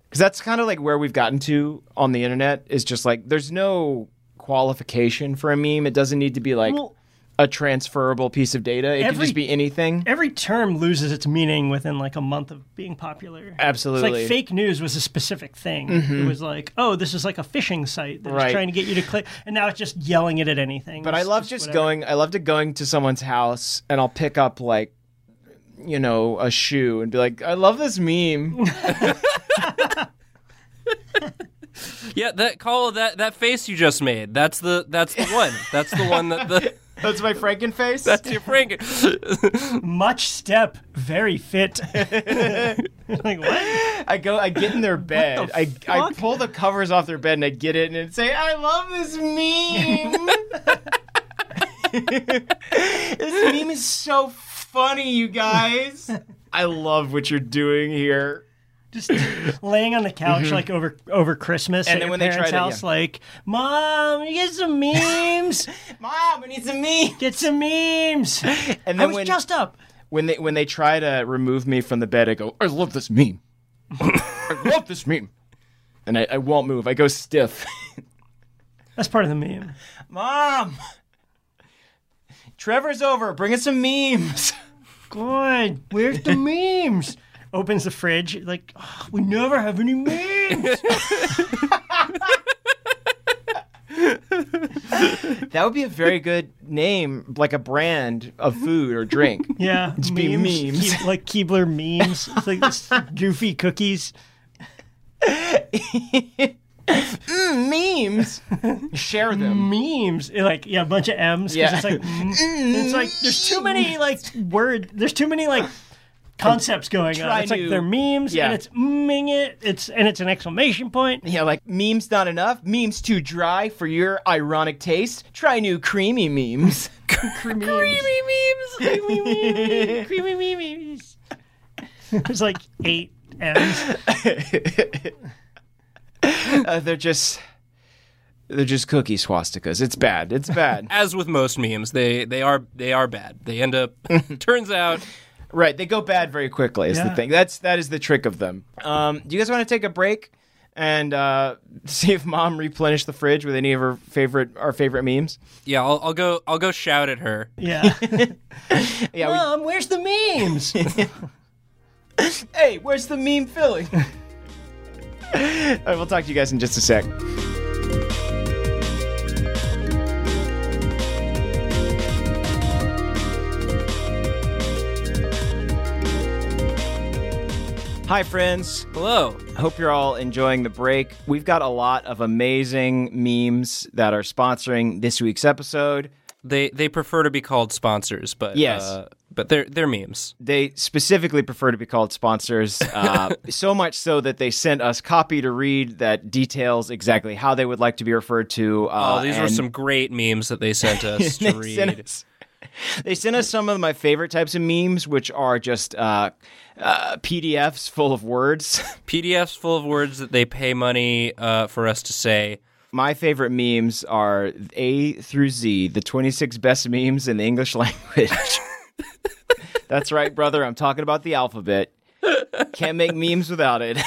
Speaker 3: because that's kind of like where we've gotten to on the internet is just like there's no qualification for a meme. It doesn't need to be like
Speaker 2: Well-
Speaker 3: a transferable piece of data. It could
Speaker 2: Every-
Speaker 3: just be anything.
Speaker 2: Every term loses its meaning within like a month of being popular.
Speaker 3: Absolutely. Mm-hmm.
Speaker 2: It's like fake news was a specific thing. It was like, oh, this is like a phishing site that was
Speaker 3: Right.
Speaker 2: trying to get you to click, and now it's just yelling it at anything.
Speaker 3: But I
Speaker 2: It's
Speaker 3: love just
Speaker 2: whatever.
Speaker 3: going. I love to going to someone's house and I'll pick up like, you know, a shoe and be like, I love this meme.
Speaker 4: Yeah, that call that that face you just made. That's the that's the one. That's the one that the
Speaker 3: That's my Frankenface.
Speaker 4: that's your prank.
Speaker 2: much step, very fit. like what?
Speaker 3: I go. I get in their bed.
Speaker 2: the
Speaker 3: I I
Speaker 2: fuck?
Speaker 3: pull the covers off their bed and I get it and I'd say, I love this meme. this meme is so funny, you guys. I love what you're doing here.
Speaker 2: Just laying on the couch like over over Christmas
Speaker 3: Mm-hmm.
Speaker 2: at your
Speaker 3: And then when they
Speaker 2: parents'
Speaker 3: tried it,
Speaker 2: house,
Speaker 3: yeah.
Speaker 2: like, mom, you get some memes,
Speaker 3: Mom, I need some meme.
Speaker 2: get some memes.
Speaker 3: And
Speaker 2: I
Speaker 3: then
Speaker 2: was
Speaker 3: when
Speaker 2: just up.
Speaker 3: when they when they try to remove me from the bed, I go, I love this meme. I love this meme. And I, I won't move. I go stiff.
Speaker 2: That's part of the meme.
Speaker 3: Mom, Trevor's over. Bring us some memes.
Speaker 2: God, where's the memes? Opens the fridge, like, "Ugh, we never have any memes.
Speaker 3: That would be a very good name, like a brand of food or drink.
Speaker 2: Yeah, memes.
Speaker 3: be memes.
Speaker 2: Keeb- like Keebler memes. It's like this goofy cookies.
Speaker 3: memes. Share
Speaker 2: Mm.
Speaker 3: them.
Speaker 2: Memes. Like, yeah, a bunch of M's. 'cause
Speaker 3: Yeah.
Speaker 2: It's like, mm, it's like, there's too many, like, word, there's too many, like, concepts going
Speaker 3: Try
Speaker 2: on. It's like
Speaker 3: new-
Speaker 2: they're memes,
Speaker 3: Yeah.
Speaker 2: and it's mming it, it's, and it's an exclamation point.
Speaker 3: Yeah, like memes not enough. Memes too dry for your ironic taste. Try new creamy memes.
Speaker 2: Creamy memes. Creamy memes. Creamy memes. There's like eight M's.
Speaker 3: Uh, they're just they're just cookie swastikas. It's bad. It's bad.
Speaker 4: As with most memes, they they are they are bad. They end up turns out
Speaker 3: right. They go bad very quickly. Is the
Speaker 2: Yeah.
Speaker 3: thing. That's that is the trick of them. Um, do you guys want to take a break and uh, see if mom replenished the fridge with any of her favorite our favorite memes?
Speaker 4: yeah, I'll, I'll go I'll go shout at her.
Speaker 2: Yeah.
Speaker 3: Yeah. we-
Speaker 2: Mom, where's the memes?
Speaker 3: hey, where's the meme filling? All right, we'll talk to you guys in just a sec. Hi, friends.
Speaker 4: Hello.
Speaker 3: Hope you're all enjoying the break. We've got a lot of amazing memes that are sponsoring this week's episode.
Speaker 4: They they prefer to be called sponsors, but
Speaker 3: Yes. Uh,
Speaker 4: uh, but they're they're memes.
Speaker 3: they specifically prefer to be called sponsors, uh, so much so that they sent us copy to read that details exactly how they would like to be referred to. Uh,
Speaker 4: Oh, these were
Speaker 3: and
Speaker 4: some great memes that they sent us
Speaker 3: they
Speaker 4: to read.
Speaker 3: Sent us, they sent us some of my favorite types of memes, which are just uh, uh, PDFs full of words.
Speaker 4: PDFs full of words that they pay money uh, for us to say.
Speaker 3: my favorite memes are A through Z, the 26 best memes in the English language. That's right, brother. I'm talking about the alphabet. Can't make memes without it.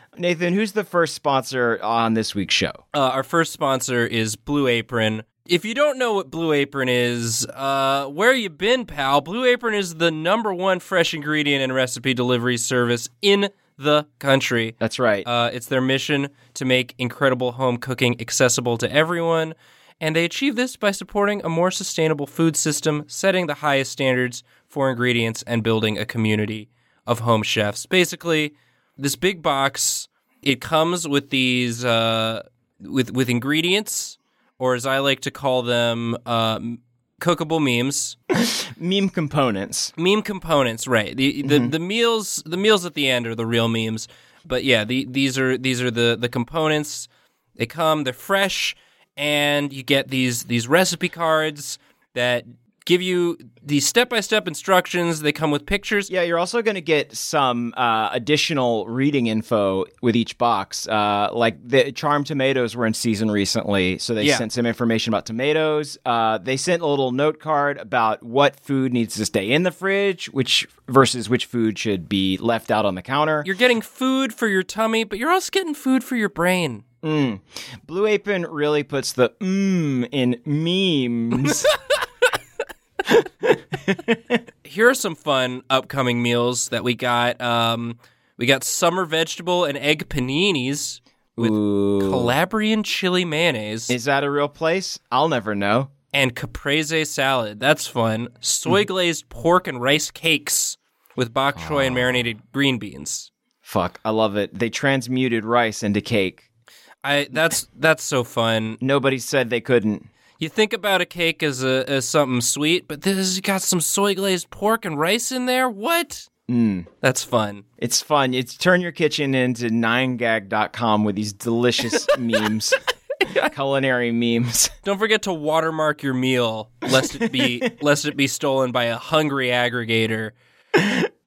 Speaker 3: Nathan, who's the first sponsor on this week's show?
Speaker 4: Uh, our first sponsor is Blue Apron. If you don't know what Blue Apron is, uh, where you been, pal? Blue Apron is the number one fresh ingredient and recipe delivery service in the country.
Speaker 3: That's right.
Speaker 4: Uh, it's their mission to make incredible home cooking accessible to everyone, and they achieve this by supporting a more sustainable food system, setting the highest standards for ingredients, and building a community of home chefs. Basically, this big box it comes with these uh, with with ingredients, or as I like to call them, uh, cookable memes
Speaker 3: Meme components.
Speaker 4: meme components, right? The the, the meals the meals at the end are the real memes, but yeah, the, these are these are the the components. They come, they're fresh, and you get these these recipe cards that give you the step by step instructions. They come with pictures.
Speaker 3: Yeah, you're also going to get some uh, additional reading info with each box. Uh, like the Charm Tomatoes were in season recently, so they
Speaker 4: Yeah.
Speaker 3: sent some information about tomatoes. Uh, they sent a little note card about what food needs to stay in the fridge, which versus which food should be left out on the counter.
Speaker 4: You're getting food for your tummy, but you're also getting food for your brain.
Speaker 3: Blue Apron really puts the mmm in memes.
Speaker 4: Here are some fun upcoming meals that we got. Um, we got summer vegetable and egg paninis with Calabrian chili mayonnaise
Speaker 3: Is that a real place? I'll never know.
Speaker 4: and caprese salad. That's fun. Soy glazed pork and rice cakes with bok choy and marinated green beans.
Speaker 3: Fuck, I love it. They transmuted rice into cake.
Speaker 4: I that's that's so fun.
Speaker 3: Nobody said they couldn't.
Speaker 4: You think about a cake as a as something sweet, but this has got some soy glazed pork and rice in there. What? That's fun.
Speaker 3: It's fun. It's turn your kitchen into 9gag.com with these delicious memes, culinary memes.
Speaker 4: Don't forget to watermark your meal lest it be lest it be stolen by a hungry aggregator.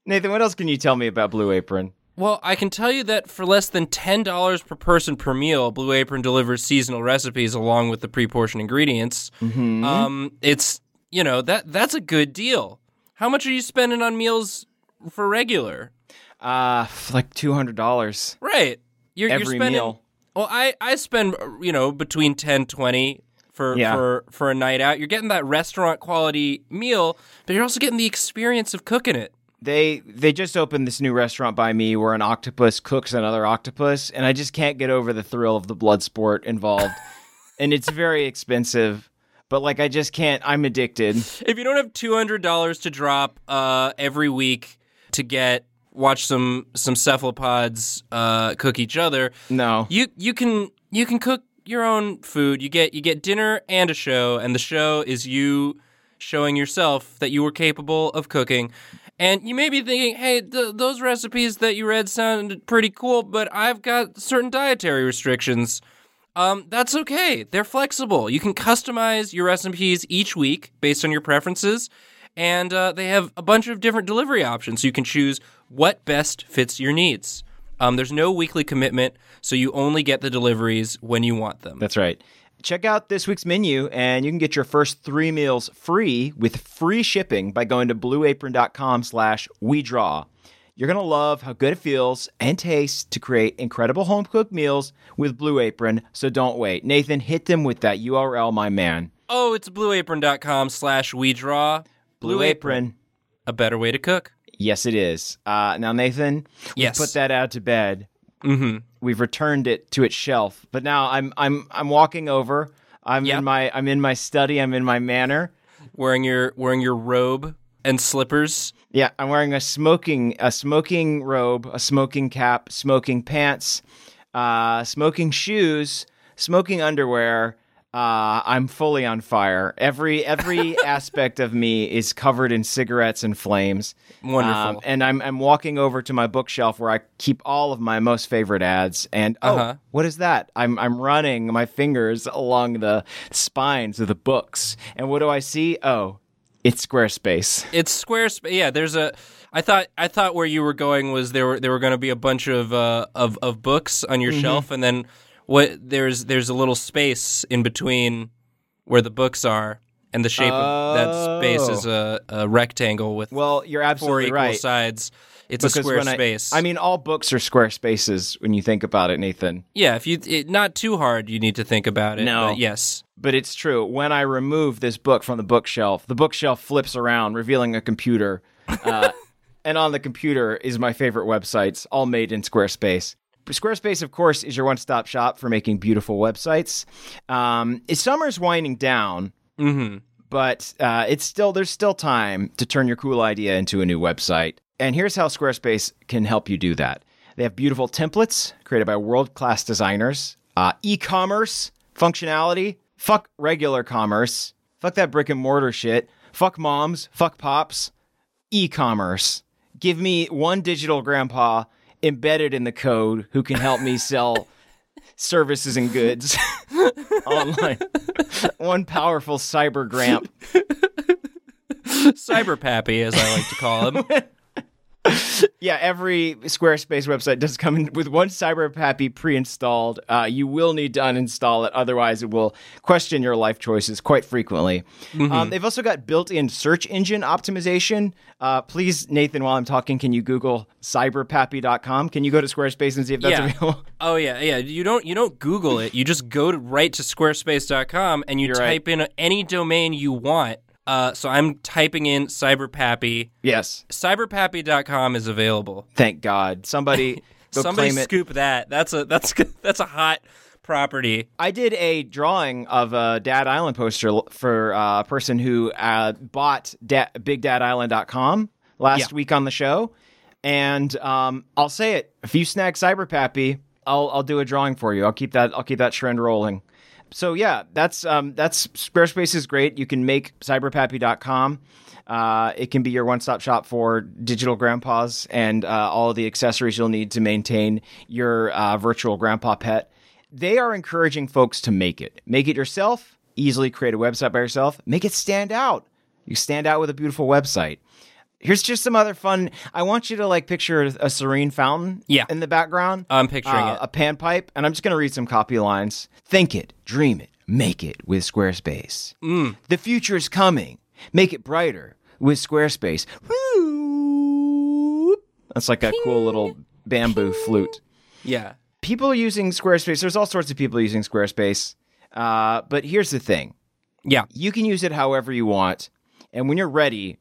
Speaker 3: Nathan, what else can you tell me about Blue Apron?
Speaker 4: Well, I can tell you that for less than $10 per person per meal, Blue Apron delivers seasonal recipes along with the pre-portioned ingredients.
Speaker 3: Mm-hmm.
Speaker 4: Um, it's, you know, that that's a good deal. How much are you spending on meals for regular?
Speaker 3: Uh, f- like $200
Speaker 4: Right. You're,
Speaker 3: every
Speaker 4: you're spending,
Speaker 3: meal.
Speaker 4: Well, I, I spend, you know, between 10, 20 for,
Speaker 3: Yeah.
Speaker 4: for, for a night out. You're getting that restaurant quality meal, but you're also getting the experience of cooking it.
Speaker 3: They they just opened this new restaurant by me where an octopus cooks another octopus, and I just can't get over the thrill of the blood sport involved. and it's very expensive, but like I just can't. I'm addicted.
Speaker 4: if you don't have two hundred dollars to drop uh, every week to get watch some some cephalopods uh, cook each other,
Speaker 3: No.
Speaker 4: you you can you can cook your own food. You get you get dinner and a show, and the show is you showing yourself that you were capable of cooking. And you may be thinking, hey, th- those recipes that you read sounded pretty cool, but I've got certain dietary restrictions. Um, that's okay. They're flexible. You can customize your recipes each week based on your preferences, and uh, they have a bunch of different delivery options. You can choose what best fits your needs. Um, there's no weekly commitment, so you only get the deliveries when you want them.
Speaker 3: That's right. Check out this week's menu, and you can get your first three meals free with free shipping by going to blueapron.com slash we draw. You're going to love how good it feels and tastes to create incredible home cooked meals with Blue Apron, so don't wait. Nathan, hit them with that URL, my man.
Speaker 4: Oh, it's blueapron.com slash we draw.
Speaker 3: Blue Apron.
Speaker 4: a better way to cook.
Speaker 3: Yes, it is. Uh, now, Nathan,
Speaker 4: Yes.
Speaker 3: put that out to bed.
Speaker 4: hmm
Speaker 3: we've returned it to its shelf. But now I'm I'm I'm walking over. I'm
Speaker 4: Yeah.
Speaker 3: in my I'm in my study. I'm in my manor.
Speaker 4: Wearing your wearing your robe and slippers.
Speaker 3: Yeah, I'm wearing a smoking a smoking robe, a smoking cap, smoking pants, uh, smoking shoes, smoking underwear. Uh, I'm fully on fire. Every every aspect of me is covered in cigarettes and flames. Um,
Speaker 4: Wonderful.
Speaker 3: and I'm I'm walking over to my bookshelf where I keep all of my most favorite ads. And oh,
Speaker 4: Uh-huh.
Speaker 3: what is that? I'm I'm running my fingers along the spines of the books. And what do I see? Oh, it's Squarespace.
Speaker 4: it's Squarespace. Yeah, there's a. I thought I thought where you were going was there were there were going to be a bunch of uh, of of books on
Speaker 3: Mm-hmm.
Speaker 4: your shelf, and then what there's there's a little space in between where the books are, and the shape of that space is a, a rectangle with
Speaker 3: Oh. Well, you're
Speaker 4: four
Speaker 3: absolutely
Speaker 4: equal
Speaker 3: right.
Speaker 4: sides. It's a square
Speaker 3: when I-
Speaker 4: space.
Speaker 3: I, mean, all books are square spaces when you think about it, Nathan.
Speaker 4: yeah, if you it, not too hard, you need to think about it.
Speaker 3: No.
Speaker 4: but yes,
Speaker 3: But it's true. When I remove this book from the bookshelf, the bookshelf flips around, revealing a computer. Uh, and on the computer is my favorite websites, all made in Squarespace. Squarespace, of course, is your one stop shop for making beautiful websites. Um, summer's winding down,
Speaker 4: mm-hmm.
Speaker 3: but uh, it's still there's still time to turn your cool idea into a new website. And here's how Squarespace can help you do that. They have beautiful templates created by world class designers, uh, e-commerce functionality. Fuck regular commerce. Fuck that brick and mortar shit. Fuck moms. Fuck pops. E-commerce. Give me one digital grandpa embedded in the code who can help me sell services and goods online. One powerful cyber gramp
Speaker 4: Cyberpappy, as I like to call him.
Speaker 3: Yeah, every Squarespace website does come in with one cyber pappy pre-installed. Uh, you will need to uninstall it, otherwise it will question your life choices quite frequently.
Speaker 4: Mm-hmm.
Speaker 3: Um, they've also got built-in search engine optimization. Uh, please, Nathan, while I'm talking, can you Google cyberpappy.com? Can you go to Squarespace and see if that's
Speaker 4: Yeah.
Speaker 3: available?
Speaker 4: Oh yeah, yeah. You don't you don't Google it. You just go to, right to squarespace.com and you
Speaker 3: You're right.
Speaker 4: type in any domain you want. Uh, so I'm typing in cyberpappy.
Speaker 3: yes,
Speaker 4: Cyberpappy.com is available.
Speaker 3: thank God. Somebody, go
Speaker 4: Somebody
Speaker 3: claim it.
Speaker 4: scoop that. That's a that's that's a hot property.
Speaker 3: I did a drawing of a Dad Island poster l- for uh, a person who uh, bought da- BigDadIsland.com last week on the show. And um, I'll say it: if you snag Cyberpappy, I'll I'll do a drawing for you. I'll keep that I'll keep that trend rolling. So yeah, that's um, that's Squarespace is great. You can make cyberpappy.com. Uh, it can be your one-stop shop for digital grandpas and uh, all the accessories you'll need to maintain your uh, virtual grandpa pet they are encouraging folks to make it. Make it yourself, easily create a website by yourself, make it stand out. You stand out with a beautiful website. Here's just some other fun. I want you to like picture a serene fountain
Speaker 4: Yeah.
Speaker 3: in the background.
Speaker 4: I'm picturing
Speaker 3: uh,
Speaker 4: it.
Speaker 3: A panpipe. And I'm just going to read some copy lines. Think it, dream it, make it with Squarespace.
Speaker 4: Mm.
Speaker 3: The future is coming. Make it brighter with Squarespace. Whoop. That's like a cool little bamboo flute
Speaker 4: Yeah.
Speaker 3: people using Squarespace, there's all sorts of people using Squarespace. Uh, but here's the thing
Speaker 4: Yeah.
Speaker 3: you can use it however you want. And when you're ready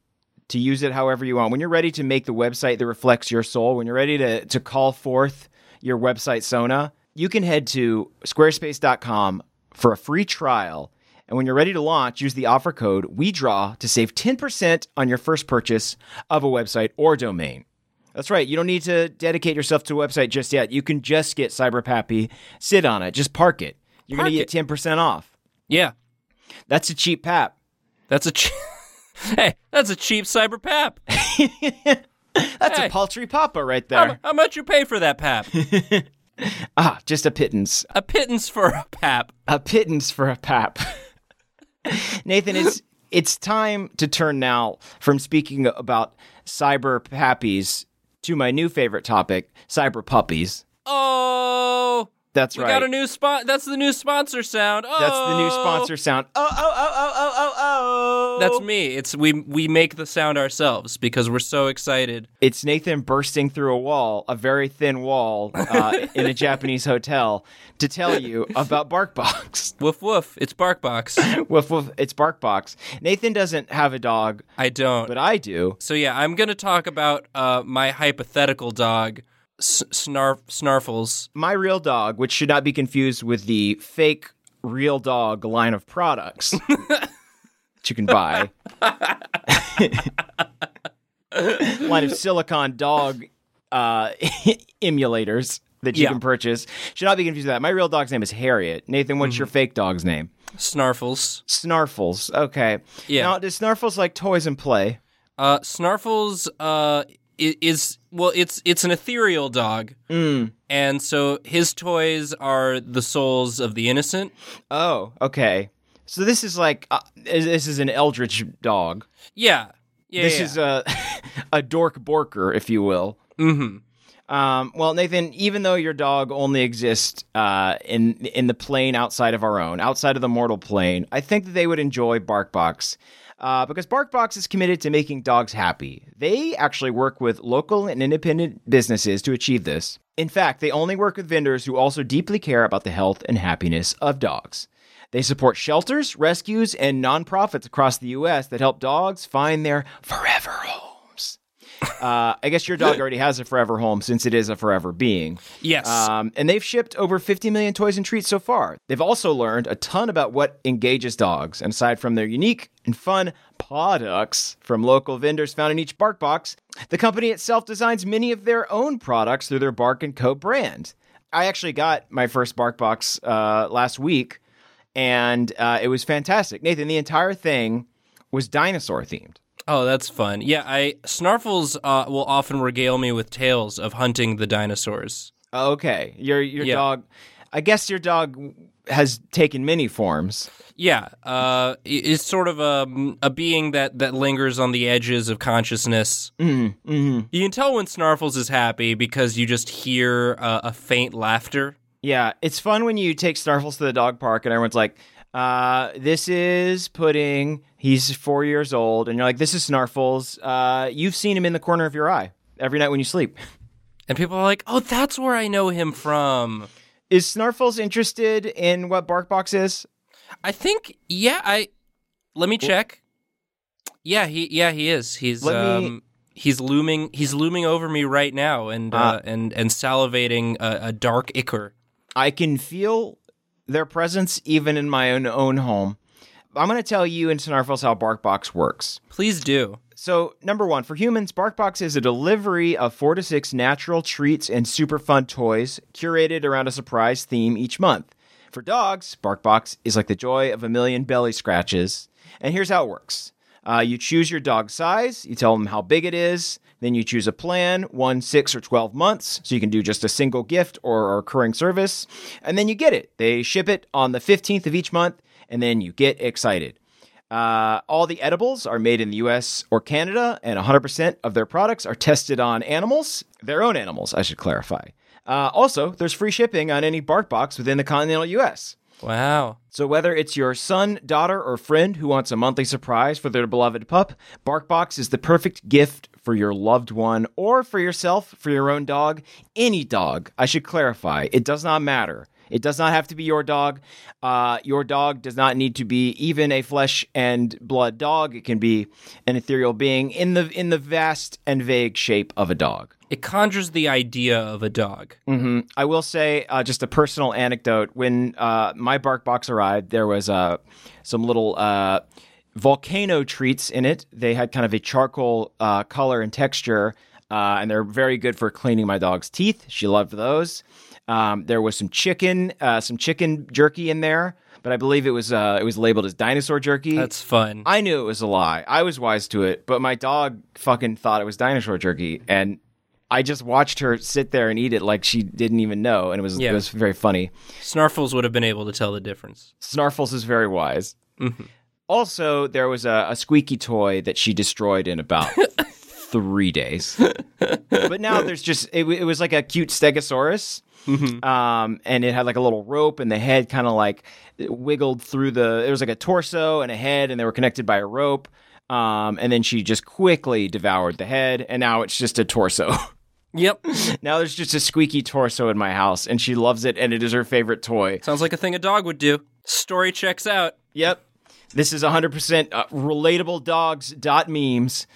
Speaker 3: to use it however you want, when you're ready to make the website that reflects your soul, when you're ready to, to call forth your website Sona, you can head to squarespace.com for a free trial. And when you're ready to launch, use the offer code WEDRAW to save 10% on your first purchase of a website or domain. That's right. You don't need to dedicate yourself to a website just yet. You can just get Cyberpappy, sit on it, just park it. You're going
Speaker 4: Park
Speaker 3: to get 10% off.
Speaker 4: Yeah.
Speaker 3: That's a cheap pap.
Speaker 4: That's a che- Hey, that's a cheap cyberpap.
Speaker 3: That's
Speaker 4: Hey.
Speaker 3: a paltry papa right there.
Speaker 4: How, how much you pay for that pap?
Speaker 3: ah, just a pittance.
Speaker 4: A pittance for a pap.
Speaker 3: A pittance for a pap. Nathan, it's it's time to turn now from speaking about cyber pappies to my new favorite topic, cyber puppies.
Speaker 4: Oh,
Speaker 3: That's
Speaker 4: we
Speaker 3: right.
Speaker 4: got a new spot. That's the new sponsor sound. Oh,
Speaker 3: That's the new sponsor sound. Oh, oh, oh, oh, oh, oh, oh.
Speaker 4: That's me. It's we we make the sound ourselves because we're so excited.
Speaker 3: It's Nathan bursting through a wall, a very thin wall, uh, in a Japanese hotel, to tell you about BarkBox.
Speaker 4: Woof woof. It's BarkBox.
Speaker 3: woof woof! It's BarkBox. Nathan doesn't have a dog,
Speaker 4: I don't.
Speaker 3: but I do.
Speaker 4: so yeah, I'm gonna talk about uh, my hypothetical dog, S- Snarf Snarfles.
Speaker 3: My real dog, which should not be confused with the fake real dog line of products that you can buy, line of silicon dog uh, emulators that you
Speaker 4: Yeah.
Speaker 3: can purchase, should not be confused with that. My real dog's name is Harriet. Nathan, what's
Speaker 4: Mm-hmm.
Speaker 3: your fake dog's name?
Speaker 4: Snarfles.
Speaker 3: Snarfles. Okay.
Speaker 4: Yeah.
Speaker 3: Now, does Snarfles like toys and play?
Speaker 4: Uh, Snarfles uh, i- is well, it's it's an ethereal dog,
Speaker 3: Mm.
Speaker 4: and so his toys are the souls of the innocent.
Speaker 3: Oh, okay. So this is like uh, this is an eldritch dog.
Speaker 4: Yeah, yeah.
Speaker 3: this
Speaker 4: yeah.
Speaker 3: is a a dork borker, if you will.
Speaker 4: mm-hmm.
Speaker 3: Um, well, Nathan, even though your dog only exists uh, in in the plane outside of our own, outside of the mortal plane, I think that they would enjoy BarkBox. Uh, because BarkBox is committed to making dogs happy. They actually work with local and independent businesses to achieve this. In fact, they only work with vendors who also deeply care about the health and happiness of dogs. They support shelters, rescues, and nonprofits across the U.S. that help dogs find their forever homes. Uh, I guess your dog already has a forever home since it is a forever being.
Speaker 4: Yes.
Speaker 3: Um, and they've shipped over 50 million toys and treats so far. They've also learned a ton about what engages dogs. And aside from their unique and fun products from local vendors found in each bark box, the company itself designs many of their own products through their Bark and Co. brand. I actually got my first bark box uh, last week, and uh, it was fantastic. Nathan, the entire thing was dinosaur themed.
Speaker 4: Oh, that's fun. Yeah, I Snarfles uh, will often regale me with tales of hunting the dinosaurs.
Speaker 3: Okay, your your
Speaker 4: Yeah.
Speaker 3: dog. I guess your dog has taken many forms.
Speaker 4: Yeah, uh, i- it's sort of a a being that that lingers on the edges of consciousness. You can tell when Snarfles is happy because you just hear uh, a faint laughter.
Speaker 3: Yeah, it's fun when you take Snarfles to the dog park and everyone's like, uh, this is Pudding. He's four years old. And you're like, this is Snarfles. Uh, you've seen him in the corner of your eye every night when you sleep.
Speaker 4: And people are like, "Oh, that's where I know him from."
Speaker 3: Is Snarfles interested in what Barkbox is?
Speaker 4: I think, yeah, I let me check. Yeah, he, yeah, he is. He's,
Speaker 3: Let me-
Speaker 4: um, he's looming, he's looming over me right now, and
Speaker 3: Ah.
Speaker 4: uh, and and salivating a, a dark ichor.
Speaker 3: I can feel their presence even in my own, own home. I'm going to tell you and Snarfles how Barkbox works.
Speaker 4: Please do.
Speaker 3: So, number one, for humans, BarkBox is a delivery of four to six natural treats and super fun toys curated around a surprise theme each month. For dogs, BarkBox is like the joy of a million belly scratches. And here's how it works uh, you choose your dog's size, you tell them how big it is, then you choose a plan one, six, or 12 months. So you can do just a single gift or a recurring service. And then you get it. They ship it on the 15th of each month, and then you get excited. Uh, all the edibles are made in the US or Canada, and 100% of their products are tested on animals, their own animals, I should clarify. Uh, also, there's free shipping on any bark box within the continental US.
Speaker 4: Wow.
Speaker 3: So, whether it's your son, daughter, or friend who wants a monthly surprise for their beloved pup, Barkbox is the perfect gift for your loved one or for yourself, for your own dog, any dog. I should clarify, it does not matter. It does not have to be your dog. Uh, your dog does not need to be even a flesh and blood dog. It can be an ethereal being in the in the vast and vague shape of a dog.
Speaker 4: It conjures the idea of a dog.
Speaker 3: Mm. Mm-hmm. I will say uh, just a personal anecdote. When uh, my bark box arrived, there was uh, some little uh, volcano treats in it. They had kind of a charcoal uh, color and texture, uh, and they're very good for cleaning my dog's teeth. She loved those. Um, there was some chicken, uh, some chicken jerky in there, but I believe it was uh, it was labeled as dinosaur jerky.
Speaker 4: That's fun.
Speaker 3: I knew it was a lie. I was wise to it, but my dog fucking thought it was dinosaur jerky, and I just watched her sit there and eat it like she didn't even know, and it was
Speaker 4: Yeah.
Speaker 3: it was very funny.
Speaker 4: Snarfles would have been able to tell the difference.
Speaker 3: Snarfles is very wise. Also, there was a, a squeaky toy that she destroyed in about three days, but now there's just it, w- it was like a cute stegosaurus. Um, and it had like a little rope, and the head kind of like wiggled through the. It was like a torso and a head, and they were connected by a rope. Um, and then she just quickly devoured the head, and now it's just a torso.
Speaker 4: Yep.
Speaker 3: now there's just a squeaky torso in my house, and she loves it, and it is her favorite toy.
Speaker 4: Sounds like a thing a dog would do. Story checks out.
Speaker 3: Yep. This is 100% uh, relatable dogs dot memes.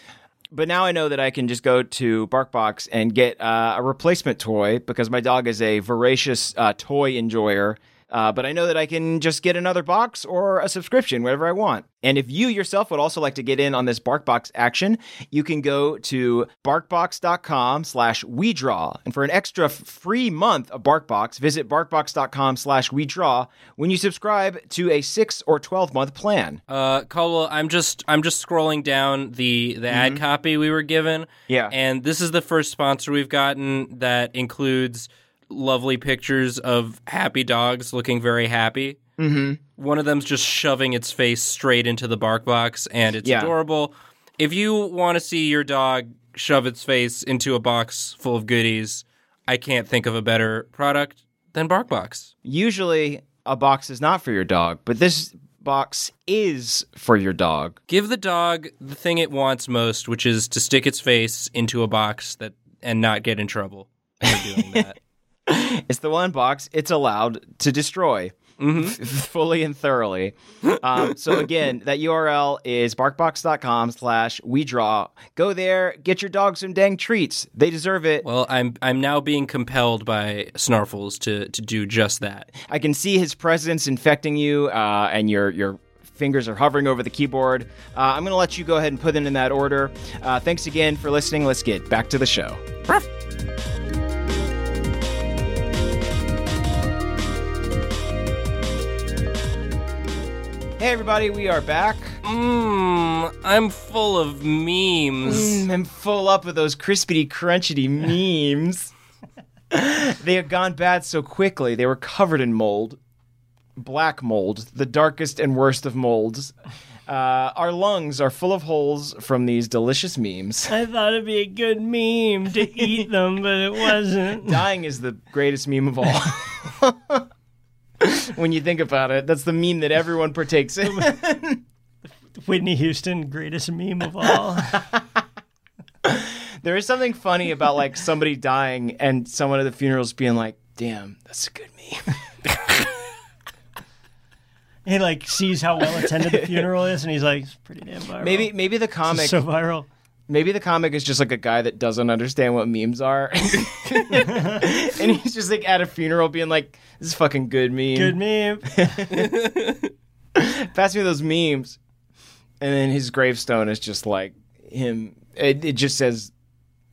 Speaker 3: But now I know that I can just go to BarkBox and get uh, a replacement toy because my dog is a voracious uh, toy enjoyer. Uh, but I know that I can just get another box or a subscription, whatever I want. And if you yourself would also like to get in on this BarkBox action, you can go to BarkBox.com slash WeDraw. And for an extra f- free month of BarkBox, visit BarkBox.com slash WeDraw when you subscribe to a 6 or 12-month plan.
Speaker 4: Uh, Caldwell, I'm just I'm just scrolling down the the ad copy we were given.
Speaker 3: Mm-hmm. Yeah.
Speaker 4: and this is the first sponsor we've gotten that includes lovely pictures of happy dogs looking very happy. Mm-hmm. One of them's just shoving its face straight into the bark box, and it's
Speaker 3: Yeah.
Speaker 4: adorable. If you want to see your dog shove its face into a box full of goodies, I can't think of a better product than BarkBox.
Speaker 3: Usually, a box is not for your dog, but this box is for your dog.
Speaker 4: Give the dog the thing it wants most, which is to stick its face into a box that and not get in trouble for doing that.
Speaker 3: It's the one box it's allowed to destroy. fully and thoroughly. Um, so again, that URL is barkbox.com slash we draw. Go there, get your dog some dang treats. They deserve it.
Speaker 4: Well, I'm I'm now being compelled by Snarfles to to do just that.
Speaker 3: I can see his presence infecting you, uh, and your your fingers are hovering over the keyboard. Uh, I'm going to let you go ahead and put it in that order. Uh, thanks again for listening. Let's get back to the show. Hey everybody, we are back.
Speaker 4: Mmm, I'm full of memes.
Speaker 3: Mm, I'm full up with those crispity crunchity memes. they have gone bad so quickly. They were covered in mold. black mold, the darkest and worst of molds. Uh, our lungs are full of holes from these delicious memes.
Speaker 2: I thought it'd be a good meme to eat them, but it wasn't.
Speaker 3: Dying is the greatest meme of all. when you think about it, that's the meme that everyone partakes in.
Speaker 2: Whitney Houston, greatest meme of all.
Speaker 3: there is something funny about like somebody dying and someone at the funeral's being like, "Damn, that's a good meme."
Speaker 2: He like sees how well attended the funeral is, and he's like, "It's pretty damn viral."
Speaker 3: maybe maybe the comic
Speaker 2: so viral.
Speaker 3: maybe the comic is just like a guy that doesn't understand what memes are, and he's just like at a funeral being like, "This is a fucking good meme.
Speaker 2: Good meme.
Speaker 3: Pass me those memes." And then his gravestone is just like him. It, it just says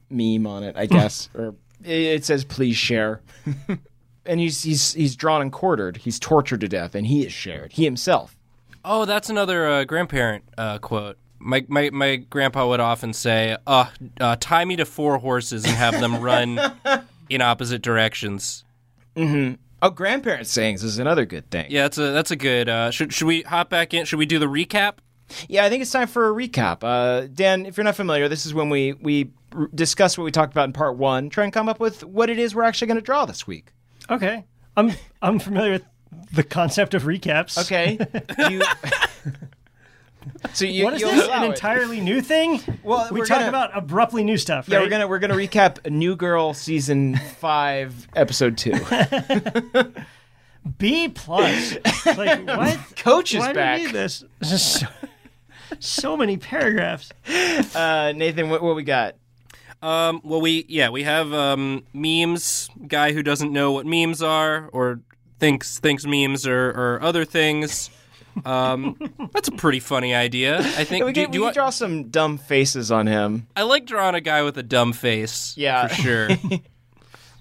Speaker 3: meme on it, I guess, or it, it says please share. and he's he's he's drawn and quartered. He's tortured to death, and he is shared. He himself.
Speaker 4: Oh, that's another uh, grandparent uh, quote. My, my my grandpa would often say, uh, uh, "Tie me to four horses and have them run in opposite directions."
Speaker 3: Oh, grandparents' sayings is another good thing.
Speaker 4: Yeah, that's a that's a good. Uh, should should we hop back in? Should we do the recap?
Speaker 3: Yeah, I think it's time for a recap. Uh, Dan, if you're not familiar, this is when we we r- discuss what we talked about in part one, try and come up with what it is we're actually going to draw this week.
Speaker 2: Okay, I'm I'm familiar with the concept of recaps.
Speaker 3: Okay. you, so you
Speaker 2: What is
Speaker 3: you'll
Speaker 2: this?
Speaker 3: allow
Speaker 2: An
Speaker 3: it.
Speaker 2: entirely new thing?
Speaker 3: Well,
Speaker 2: we
Speaker 3: we're
Speaker 2: talk
Speaker 3: gonna-
Speaker 2: about abruptly new stuff.
Speaker 3: Yeah,
Speaker 2: right?
Speaker 3: we're gonna we're gonna recap New Girl season five, episode two.
Speaker 2: B plus. Like what?
Speaker 3: Coach is
Speaker 2: Why
Speaker 3: back.
Speaker 2: do we need this? This is so, so many paragraphs.
Speaker 3: Uh, Nathan, what, what we got?
Speaker 4: Um, well, we yeah we have um, memes. Guy who doesn't know what memes are or thinks thinks memes are, are other things. Um, that's a pretty funny idea. I think.
Speaker 3: Yeah, we
Speaker 4: do-
Speaker 3: can,
Speaker 4: do
Speaker 3: we
Speaker 4: you-
Speaker 3: can draw some dumb faces on him.
Speaker 4: I like drawing a guy with a dumb face.
Speaker 3: Yeah.
Speaker 4: for sure.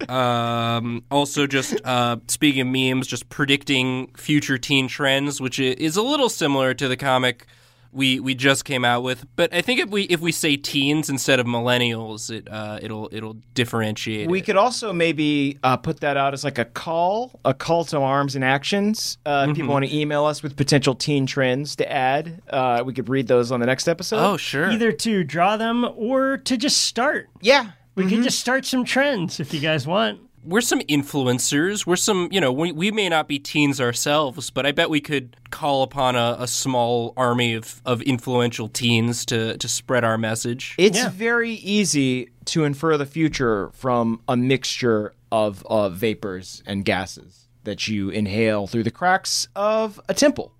Speaker 4: um, also, just uh, speaking of memes, just predicting future teen trends, which i- is a little similar to the comic we we just came out with. But I think if we if we say teens instead of millennials, it uh, it'll it'll differentiate.
Speaker 3: We
Speaker 4: it.
Speaker 3: could also maybe uh, put that out as like a call, a call to arms and actions. Uh, If people want to email us with potential teen trends to add, uh, we could read those on the next episode.
Speaker 4: Oh sure.
Speaker 2: Either to draw them or to just start.
Speaker 3: yeah.
Speaker 2: We can just start some trends if you guys want.
Speaker 4: we're some influencers. We're some, you know, we, we may not be teens ourselves, but I bet we could call upon a, a small army of, of influential teens to, to spread our message.
Speaker 3: It's
Speaker 2: Yeah.
Speaker 3: very easy to infer the future from a mixture of uh, vapors and gases that you inhale through the cracks of a temple.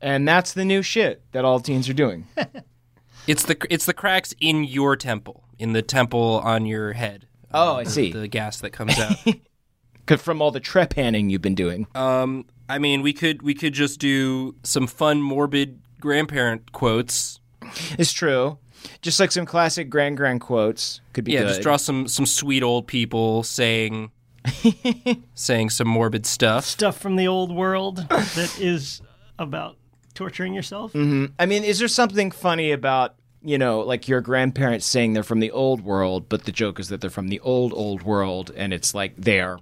Speaker 3: And that's the new shit that all teens are doing.
Speaker 4: It's the it's the cracks in your temple, in the temple on your head.
Speaker 3: Oh, I
Speaker 4: the,
Speaker 3: see.
Speaker 4: The gas that comes out.
Speaker 3: 'Cause from all the trepanning you've been doing.
Speaker 4: um, I mean, we could we could just do some fun morbid grandparent quotes.
Speaker 3: It's true. Just like some classic grand grand quotes could be
Speaker 4: Yeah,
Speaker 3: good.
Speaker 4: just draw some some sweet old people saying saying some morbid stuff.
Speaker 2: Stuff from the old world that is about torturing yourself.
Speaker 3: I mean, is there something funny about you know like your grandparents saying they're from the old world, but the joke is that they're from the old old world, and it's like they're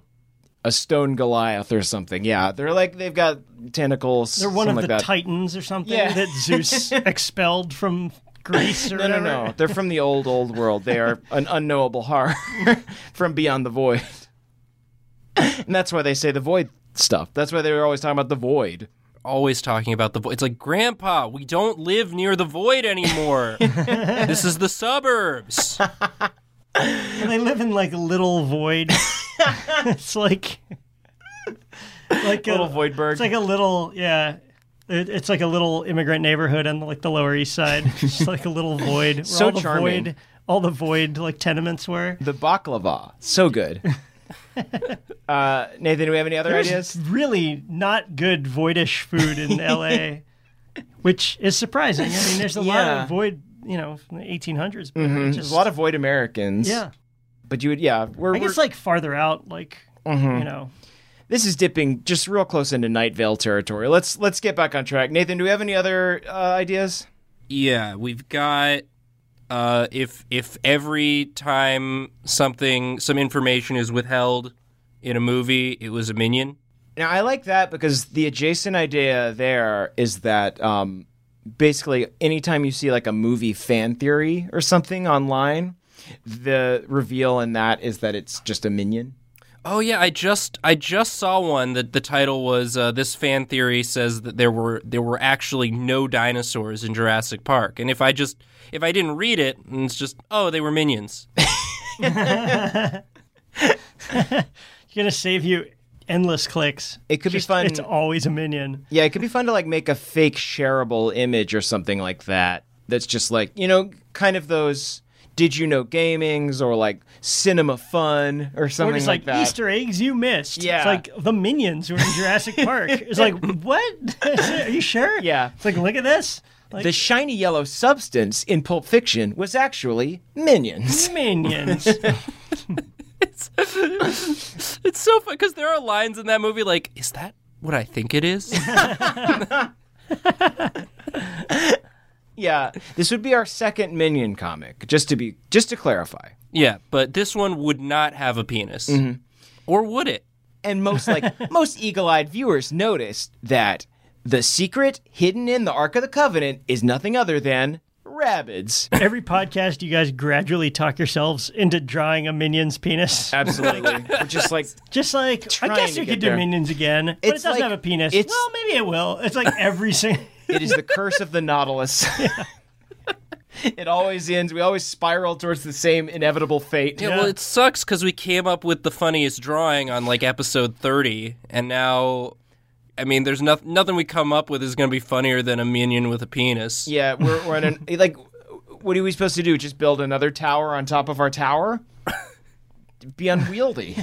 Speaker 3: a stone Goliath or something. Yeah, they're like they've got tentacles.
Speaker 2: They're one
Speaker 3: something
Speaker 2: of
Speaker 3: like
Speaker 2: the
Speaker 3: that.
Speaker 2: titans or something
Speaker 3: Yeah.
Speaker 2: that Zeus expelled from Greece or
Speaker 3: No, no,
Speaker 2: whatever.
Speaker 3: no. They're from the old, old world. They are an unknowable horror from beyond the void. And that's why they say the void stuff. That's why they were always talking about the void.
Speaker 4: Always talking about the void. It's like, Grandpa, we don't live near the void anymore. this is the suburbs.
Speaker 2: And they live in like little void. it's like like a
Speaker 3: Little void bird.
Speaker 2: It's like a little yeah. It, it's like a little immigrant neighborhood on like the Lower East Side. It's just like a little void. Where
Speaker 3: So
Speaker 2: all the
Speaker 3: charming.
Speaker 2: Void, all the void like tenements were.
Speaker 3: The baklava, so good. uh, Nathan, do we have any other
Speaker 2: There's
Speaker 3: ideas?
Speaker 2: really not good voidish food in L.A., which is surprising. I mean, there's a lot
Speaker 3: Yeah. Mm-hmm.
Speaker 2: of void. You know, from the 1800s. But it
Speaker 3: There's
Speaker 2: just,
Speaker 3: a lot of void Americans.
Speaker 2: yeah.
Speaker 3: but you would, yeah. We're,
Speaker 2: I guess
Speaker 3: we're-
Speaker 2: like farther out, like
Speaker 3: Mm-hmm.
Speaker 2: you know.
Speaker 3: this is dipping just real close into Night Vale territory. Let's let's get back on track. Nathan, do we have any other uh, ideas?
Speaker 4: Yeah, we've got uh, if if every time something some information is withheld in a movie, it was a minion.
Speaker 3: Now I like that because the adjacent idea there is that um, basically anytime you see like a movie fan theory or something online, the reveal in that is that it's just a minion.
Speaker 4: Oh yeah, I just I just saw one that the title was uh, this fan theory says that there were there were actually no dinosaurs in Jurassic Park, and if I just if I didn't read it, and it's just oh they were minions.
Speaker 2: You're gonna save you endless clicks.
Speaker 3: It could be
Speaker 2: Just-
Speaker 3: fun.
Speaker 2: It's always a minion.
Speaker 3: Yeah, it could be fun to like make a fake shareable image or something like that. That's just like you know, kind of those. Did you know gamings or like cinema fun or
Speaker 2: Or
Speaker 3: something
Speaker 2: just
Speaker 3: like,
Speaker 2: like,
Speaker 3: that?
Speaker 2: Easter eggs you missed.
Speaker 3: Yeah.
Speaker 2: It's like the minions who were in Jurassic Park. It's like, what? Are you sure?
Speaker 3: Yeah.
Speaker 2: It's like, look at this. Like
Speaker 3: The shiny yellow substance in Pulp Fiction was actually minions.
Speaker 2: minions.
Speaker 4: It's so fun because there are lines in that movie like, is that what I think it is?
Speaker 3: yeah, this would be our second minion comic. Just to be, just to clarify,
Speaker 4: yeah, but this one would not have a penis,
Speaker 2: Mm-hmm.
Speaker 4: or would it?
Speaker 3: and most like most eagle-eyed viewers noticed that the secret hidden in the Ark of the Covenant is nothing other than rabbits.
Speaker 2: Every podcast, you guys gradually talk yourselves into drawing a minion's penis.
Speaker 3: Absolutely, we're just like
Speaker 2: Just like I
Speaker 3: Uh, Trying
Speaker 2: guess
Speaker 3: to
Speaker 2: you
Speaker 3: get
Speaker 2: could do
Speaker 3: there.
Speaker 2: minions again, but it
Speaker 3: It's
Speaker 2: doesn't
Speaker 3: like-
Speaker 2: have a penis.
Speaker 3: it's-
Speaker 2: Well, maybe it will. It's like every single.
Speaker 3: It is the curse of the Nautilus. it always ends. We always spiral towards the same inevitable fate.
Speaker 4: Yeah, well, it sucks because we came up with the funniest drawing on like episode thirty, and now, I mean, there's nothing nothing we come up with is going to be funnier than a minion with a penis.
Speaker 3: Yeah, we're, we're in an like. What are we supposed to do? Just build another tower on top of our tower? Be unwieldy.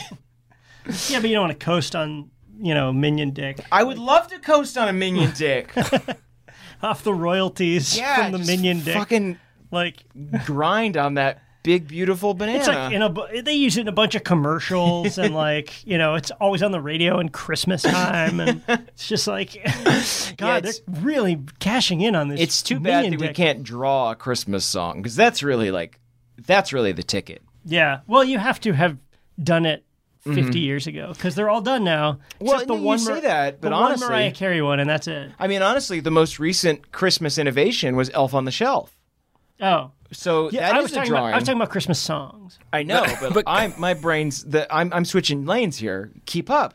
Speaker 2: yeah, but you don't want to coast on you know minion dick
Speaker 3: I would love to coast on a minion dick.
Speaker 2: off the royalties
Speaker 3: Yeah,
Speaker 2: from the
Speaker 3: just
Speaker 2: minion dick.
Speaker 3: Fucking
Speaker 2: Like
Speaker 3: grind on that big beautiful banana.
Speaker 2: It's like in a bu- they use it in a bunch of commercials and like you know it's always on the radio and Christmas time and it's just like God
Speaker 3: it's-
Speaker 2: they're really cashing in on this.
Speaker 3: it's too bad that
Speaker 2: minion
Speaker 3: we
Speaker 2: dick.
Speaker 3: can't draw a Christmas song because that's really like that's really the ticket.
Speaker 2: Yeah, well you have to have done it 50 years ago because they're all done now.
Speaker 3: Mm-hmm. Well,
Speaker 2: except the
Speaker 3: no, you
Speaker 2: one
Speaker 3: say
Speaker 2: Mar-
Speaker 3: that, but
Speaker 2: the
Speaker 3: honestly-
Speaker 2: one Mariah Carey one and that's it.
Speaker 3: I mean, honestly, the most recent Christmas innovation was Elf on the Shelf.
Speaker 2: Oh,
Speaker 3: So
Speaker 2: yeah,
Speaker 3: that
Speaker 2: I
Speaker 3: is
Speaker 2: was
Speaker 3: a
Speaker 2: talking
Speaker 3: drawing.
Speaker 2: about I was talking about Christmas songs.
Speaker 3: I know, but,
Speaker 4: but-
Speaker 3: I'm my brain's the I'm I'm switching lanes here. Keep up.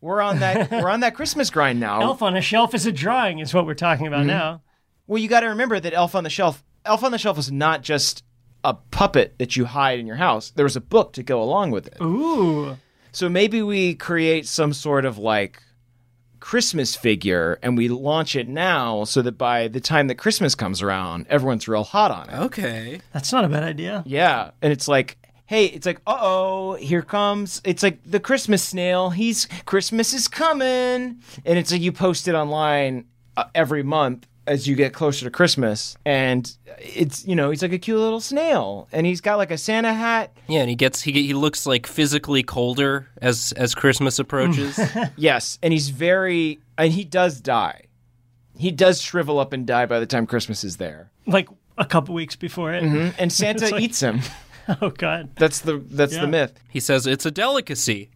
Speaker 3: We're on that we're on that Christmas grind now.
Speaker 2: Elf on a Shelf is a drawing is what we're talking
Speaker 3: Mm-hmm.
Speaker 2: about now.
Speaker 3: Well, you got to remember that Elf on the Shelf Elf on the Shelf was not just a puppet that you hide in your house. There was a book to go along with it.
Speaker 2: Ooh,
Speaker 3: So maybe we create some sort of like Christmas figure and we launch it now so that by the time that Christmas comes around, everyone's real hot on it.
Speaker 4: Okay.
Speaker 2: that's not a bad idea.
Speaker 3: Yeah, and it's like, hey, it's like, uh oh, here comes. It's like the Christmas snail. He's Christmas is coming, and it's like you post it online uh, every month as you get closer to Christmas, and it's you know he's like a cute little snail, and he's got like a Santa hat.
Speaker 4: Yeah, and he gets he he looks like physically colder as as Christmas approaches.
Speaker 3: Yes, and he's very, and he does die. He does shrivel up and die by the time Christmas is there,
Speaker 2: Like a couple weeks before it.
Speaker 3: and Santa
Speaker 2: like-
Speaker 3: eats him.
Speaker 2: Oh God.
Speaker 3: That's the that's
Speaker 2: Yeah.
Speaker 3: the myth.
Speaker 4: he says it's a delicacy.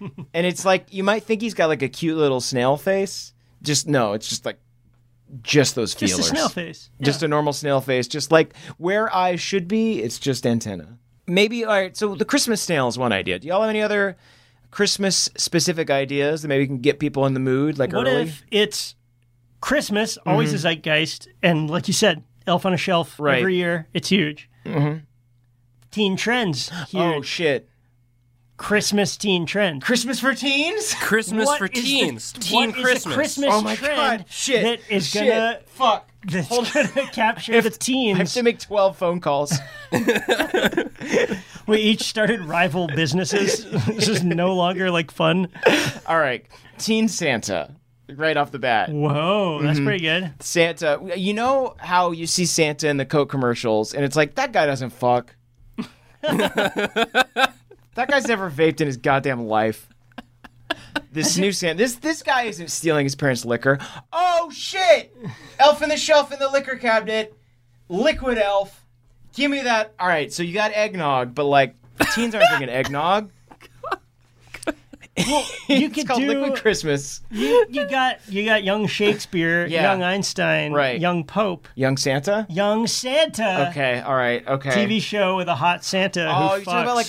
Speaker 3: And it's like you might think he's got like a cute little snail face. Just no, it's just like just those feelers.
Speaker 2: Just a snail face. Yeah.
Speaker 3: Just a normal snail face. Just like where eyes should be, it's just antenna. Maybe all right, so the Christmas snail is one idea. Do y'all have any other Christmas specific ideas that maybe can get people in the mood like
Speaker 2: What
Speaker 3: early?
Speaker 2: if it's Christmas, always a zeitgeist, and like you said, Elf on a Shelf
Speaker 3: Mm-hmm. Right.
Speaker 2: every year, it's huge. Mm-hmm. Teen trends, huge.
Speaker 3: oh shit.
Speaker 2: Christmas teen trend.
Speaker 3: Christmas for teens?
Speaker 4: Christmas
Speaker 2: What
Speaker 4: for
Speaker 2: is the-
Speaker 4: teens.
Speaker 2: what
Speaker 4: Teen
Speaker 2: is the
Speaker 4: Christmas.
Speaker 2: Christmas
Speaker 3: Oh my
Speaker 2: trend
Speaker 3: god. Shit.
Speaker 2: that is
Speaker 3: Shit.
Speaker 2: gonna
Speaker 3: fuck.
Speaker 2: that's
Speaker 3: Hold on.
Speaker 2: gonna capture the
Speaker 3: I have
Speaker 2: teens.
Speaker 3: to make 12 phone calls.
Speaker 2: We each started rival businesses. this is no longer like fun.
Speaker 3: All right. Teen Santa right off the bat.
Speaker 2: Whoa,
Speaker 3: Mm-hmm.
Speaker 2: that's pretty good.
Speaker 3: Santa. You know how you see Santa in the Coke commercials, and it's like that guy doesn't fuck. that guy's never vaped in his goddamn life. This new Santa. This this guy isn't stealing his parents' liquor. Oh shit! Elf in the shelf in the liquor cabinet. Liquid Elf. Give me that. All right. So you got eggnog, but like teens aren't drinking eggnog.
Speaker 2: Well, you
Speaker 3: it's
Speaker 2: could
Speaker 3: called
Speaker 2: do
Speaker 3: Liquid Christmas.
Speaker 2: you, you got you got young Shakespeare,
Speaker 3: Yeah.
Speaker 2: young Einstein,
Speaker 3: Right.
Speaker 2: young Pope,
Speaker 3: Young Santa.
Speaker 2: young Santa.
Speaker 3: Okay, all right, okay.
Speaker 2: TV show with a hot Santa.
Speaker 3: Oh,
Speaker 2: who
Speaker 3: you're talking about
Speaker 2: fucks.
Speaker 3: like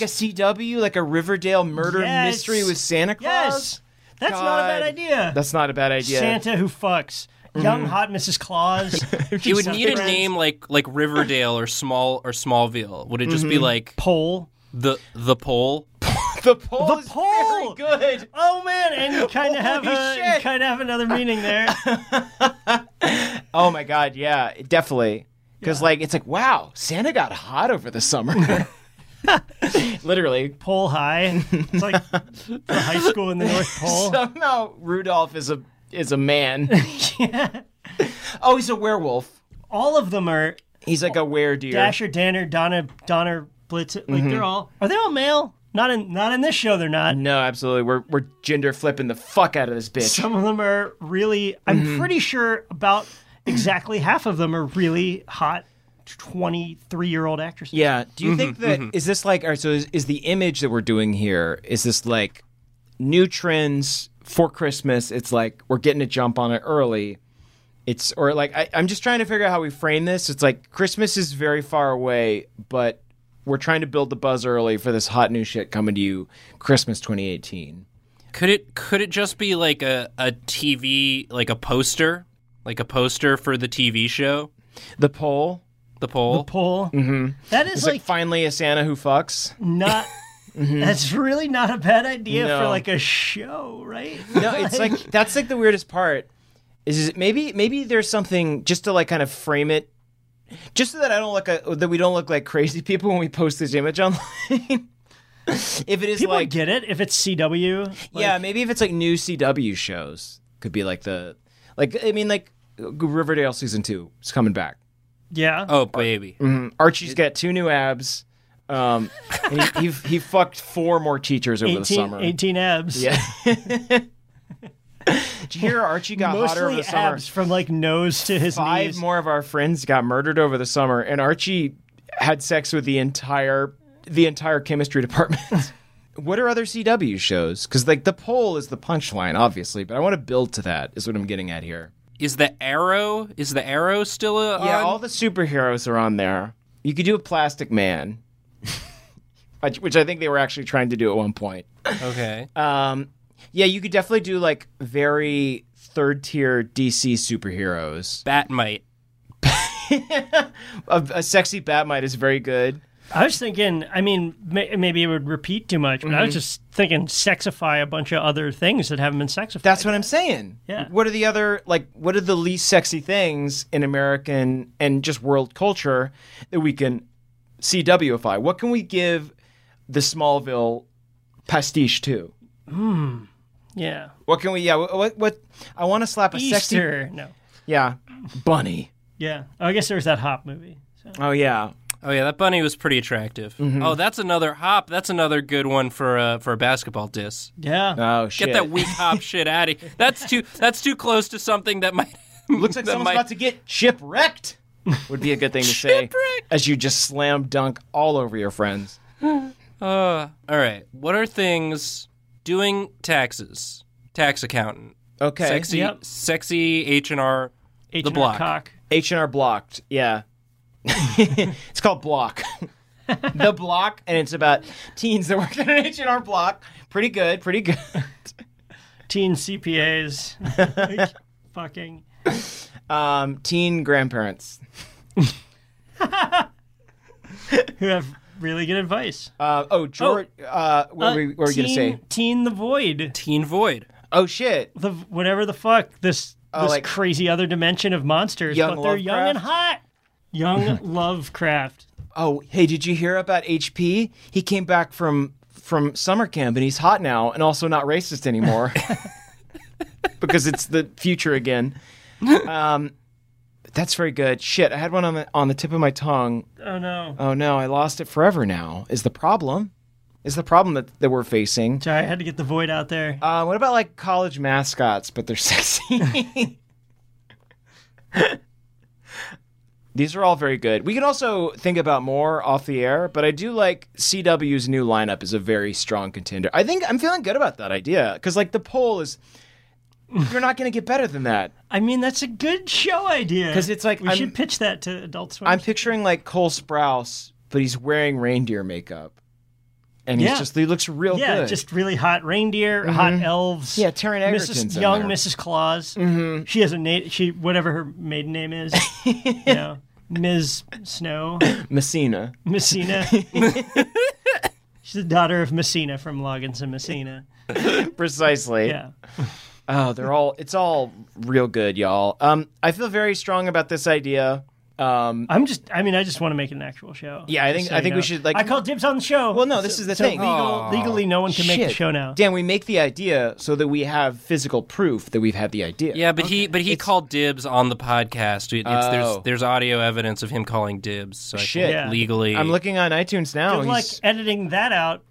Speaker 3: a CW, like a Riverdale murder
Speaker 2: Yes.
Speaker 3: mystery with Santa Claus?
Speaker 2: yes. That's not a bad
Speaker 3: God.
Speaker 2: idea.
Speaker 3: That's not a bad idea.
Speaker 2: Santa who fucks.
Speaker 3: Mm-hmm.
Speaker 2: Young hot Mrs. Claus.
Speaker 4: You would need a name like like Riverdale or Small or Smallville. Would it just
Speaker 2: Mm-hmm.
Speaker 4: be like
Speaker 2: Pole.
Speaker 4: the the pole?
Speaker 3: The poll
Speaker 2: The
Speaker 3: is
Speaker 2: poll!
Speaker 3: very good.
Speaker 2: Oh man, and you kind of have
Speaker 3: Holy
Speaker 2: a, you
Speaker 3: shit.
Speaker 2: kind of have another meaning there.
Speaker 3: Oh my god, yeah, definitely. Because like it's like wow, Santa got hot over the summer. Literally,
Speaker 2: Pole high. It's like the high school in the North Pole.
Speaker 3: somehow Rudolph is a is a man. Oh, he's a werewolf.
Speaker 2: All of them are
Speaker 3: He's like a were deer.
Speaker 2: Dasher, Danner, Donna, Donner, Blitz. Like they're all. Are they all male? Not in not in this show. They're not.
Speaker 3: Mm-hmm. No, absolutely. We're we're gender flipping the fuck out of this bitch.
Speaker 2: Some of them are really. I'm
Speaker 3: Mm-hmm.
Speaker 2: pretty sure about exactly half of them are really hot, twenty three year old actresses.
Speaker 3: Yeah. Do you think that is this like all right? So is, is the image that we're doing here? Is this like new trends for Christmas? It's like we're getting a jump on it early. It's or like I, I'm just trying to figure out how we frame this. It's like Christmas is very far away, but we're trying to build the buzz early for this hot new shit coming to you Christmas 2018.
Speaker 4: Could it could it just be like a, a TV like a poster? Like a poster for the TV show?
Speaker 3: The poll.
Speaker 4: The poll?
Speaker 2: Pole.
Speaker 3: Mm-hmm.
Speaker 2: That is
Speaker 3: It's like,
Speaker 2: like
Speaker 3: finally a Santa who fucks.
Speaker 2: not. That's really not a bad idea for
Speaker 3: Mm-hmm. No.
Speaker 2: like a show, right?
Speaker 3: No, it's like that's like the weirdest part. Is, is maybe maybe there's something just to like kind of frame it, just so that I don't look a, that we don't look like crazy people when we post this image online. if it is
Speaker 2: people
Speaker 3: like
Speaker 2: get it if it's CW. like,
Speaker 3: yeah, maybe if it's like new CW shows could be like the like I mean like Riverdale season two is coming back.
Speaker 2: yeah.
Speaker 4: Oh baby.
Speaker 3: Mm, Archie's got two new abs. Um, and he, he he fucked four more teachers over the
Speaker 2: 18,
Speaker 3: summer.
Speaker 2: 18 abs.
Speaker 3: Yeah. Did you hear Archie got hotter over
Speaker 2: Mostly
Speaker 3: the summer?
Speaker 2: abs from like nose to his
Speaker 3: five
Speaker 2: knees.
Speaker 3: more of our friends got murdered over the summer, and Archie had sex with the entire the entire chemistry department. what are other CW shows? Because like the poll is the punchline, obviously, but I want to build to that. Is what I'm getting at here.
Speaker 4: Is the arrow is the arrow still uh,
Speaker 3: Yeah,
Speaker 4: on?
Speaker 3: all the superheroes are on there. You could do a Plastic Man, which- which I think they were actually trying to do at one point.
Speaker 4: okay.
Speaker 3: Um, yeah, you could definitely do like very third tier DC superheroes.
Speaker 4: Batmite.
Speaker 3: A, a sexy Batmite is very good.
Speaker 2: I was thinking, I mean, may- maybe it would repeat too much, but I
Speaker 3: Mm-hmm.
Speaker 2: was just thinking sexify a bunch of other things that haven't been sexified.
Speaker 3: That's what I'm saying.
Speaker 2: Yeah.
Speaker 3: What are the other like? What are the least sexy things in American and just world culture that we can CWify? What can we give the Smallville pastiche to?
Speaker 2: yeah.
Speaker 3: What can we? Yeah. What? What? what I want to slap a sexy.
Speaker 2: Easter. No.
Speaker 3: Yeah. Bunny.
Speaker 2: Yeah. Oh, I guess there was that Hop movie. So.
Speaker 3: Oh yeah.
Speaker 4: Oh yeah, that bunny was pretty attractive.
Speaker 3: Mm-hmm.
Speaker 4: Oh, that's another hop. That's another good one for uh, for a basketball diss.
Speaker 2: Yeah.
Speaker 3: Oh shit.
Speaker 4: Get that weak hop shit out of here. That's too that's too close to something that might
Speaker 3: Looks like
Speaker 4: that
Speaker 3: someone's
Speaker 4: might-
Speaker 3: about to get shipwrecked. Would be a good thing to say as you just slam dunk all over your friends.
Speaker 4: Uh, all right. What are things doing taxes? Tax accountant.
Speaker 3: Okay.
Speaker 4: Sexy
Speaker 2: Yep.
Speaker 4: sexy H&R
Speaker 2: H&R
Speaker 4: the block.
Speaker 2: Cock.
Speaker 3: H and R blocked. Yeah, it's called Block. the Block, and it's about teens that work at an H and R Block. Pretty good. Pretty good.
Speaker 2: Teen CPAs. Fucking.
Speaker 3: Um, teen grandparents.
Speaker 2: Who have really good advice.
Speaker 3: Uh, oh, George. Uh, what were we, what were we
Speaker 2: teen,
Speaker 3: gonna say?
Speaker 2: Teen the Void.
Speaker 4: Teen Void.
Speaker 3: Oh shit.
Speaker 2: The whatever the fuck this this
Speaker 3: Oh, like-
Speaker 2: crazy other dimension of monsters,
Speaker 3: Young
Speaker 2: but they're young and
Speaker 3: Lovecraft?
Speaker 2: hot. Young Lovecraft.
Speaker 3: Oh hey, did you hear about HP? He came back from from summer camp and he's hot now and also not racist anymore because it's the future again. Um, that's very good. Shit, I had one on the on the tip of my tongue.
Speaker 2: Oh no.
Speaker 3: oh no, I lost it forever now is the problem. Is the problem that, that we're facing.
Speaker 2: Sorry, I had to get the void out there.
Speaker 3: Uh, what about like college mascots, but they're sexy? These are all very good. We can also think about more off the air, but I do like CW's new lineup is a very strong contender. I think I'm feeling good about that idea because like the poll is, you're not going to get better than that.
Speaker 2: I mean, that's a good show idea.
Speaker 3: 'Cause it's like
Speaker 2: we
Speaker 3: I'm-
Speaker 2: should pitch that to Adult Swim.
Speaker 3: I'm picturing like Cole Sprouse, but he's wearing reindeer makeup, and he's
Speaker 2: Yeah.
Speaker 3: just he looks real
Speaker 2: yeah,
Speaker 3: good. Mm-hmm.
Speaker 2: just really hot reindeer, hot elves.
Speaker 3: Yeah, Taryn Egerton's
Speaker 2: Mrs.
Speaker 3: in
Speaker 2: Young,
Speaker 3: there.
Speaker 2: Mrs. Claus. Mm-hmm. She has a name. She whatever her maiden name is. you know, Ms. Snow,
Speaker 3: Messina.
Speaker 2: Messina. She's the daughter of Messina from Loggins and Messina.
Speaker 3: Precisely.
Speaker 2: Yeah.
Speaker 3: Oh, they're all it's all real good, y'all. Um, I feel very strong about this idea. Um,
Speaker 2: I'm just. I mean, I just want to make it an actual show.
Speaker 3: Yeah, I
Speaker 2: Just
Speaker 3: think-
Speaker 2: so
Speaker 3: I
Speaker 2: you
Speaker 3: think we
Speaker 2: know.
Speaker 3: should, like-
Speaker 2: I call dibs on the show.
Speaker 3: well, no, this is the
Speaker 2: so
Speaker 3: thing.
Speaker 2: legal- legally, no one can make the
Speaker 3: Shit.
Speaker 2: show now.
Speaker 3: Dan, we make the idea so that we have physical proof that we've had the idea.
Speaker 4: Yeah, but he but he called dibs on the podcast. It- it's-
Speaker 3: Oh.
Speaker 4: There's there's audio evidence of him calling dibs. So I think
Speaker 3: Shit.
Speaker 2: Yeah.
Speaker 4: legally,
Speaker 3: I'm looking on iTunes now.
Speaker 2: Good luck
Speaker 3: Oh, He's-
Speaker 2: editing that out.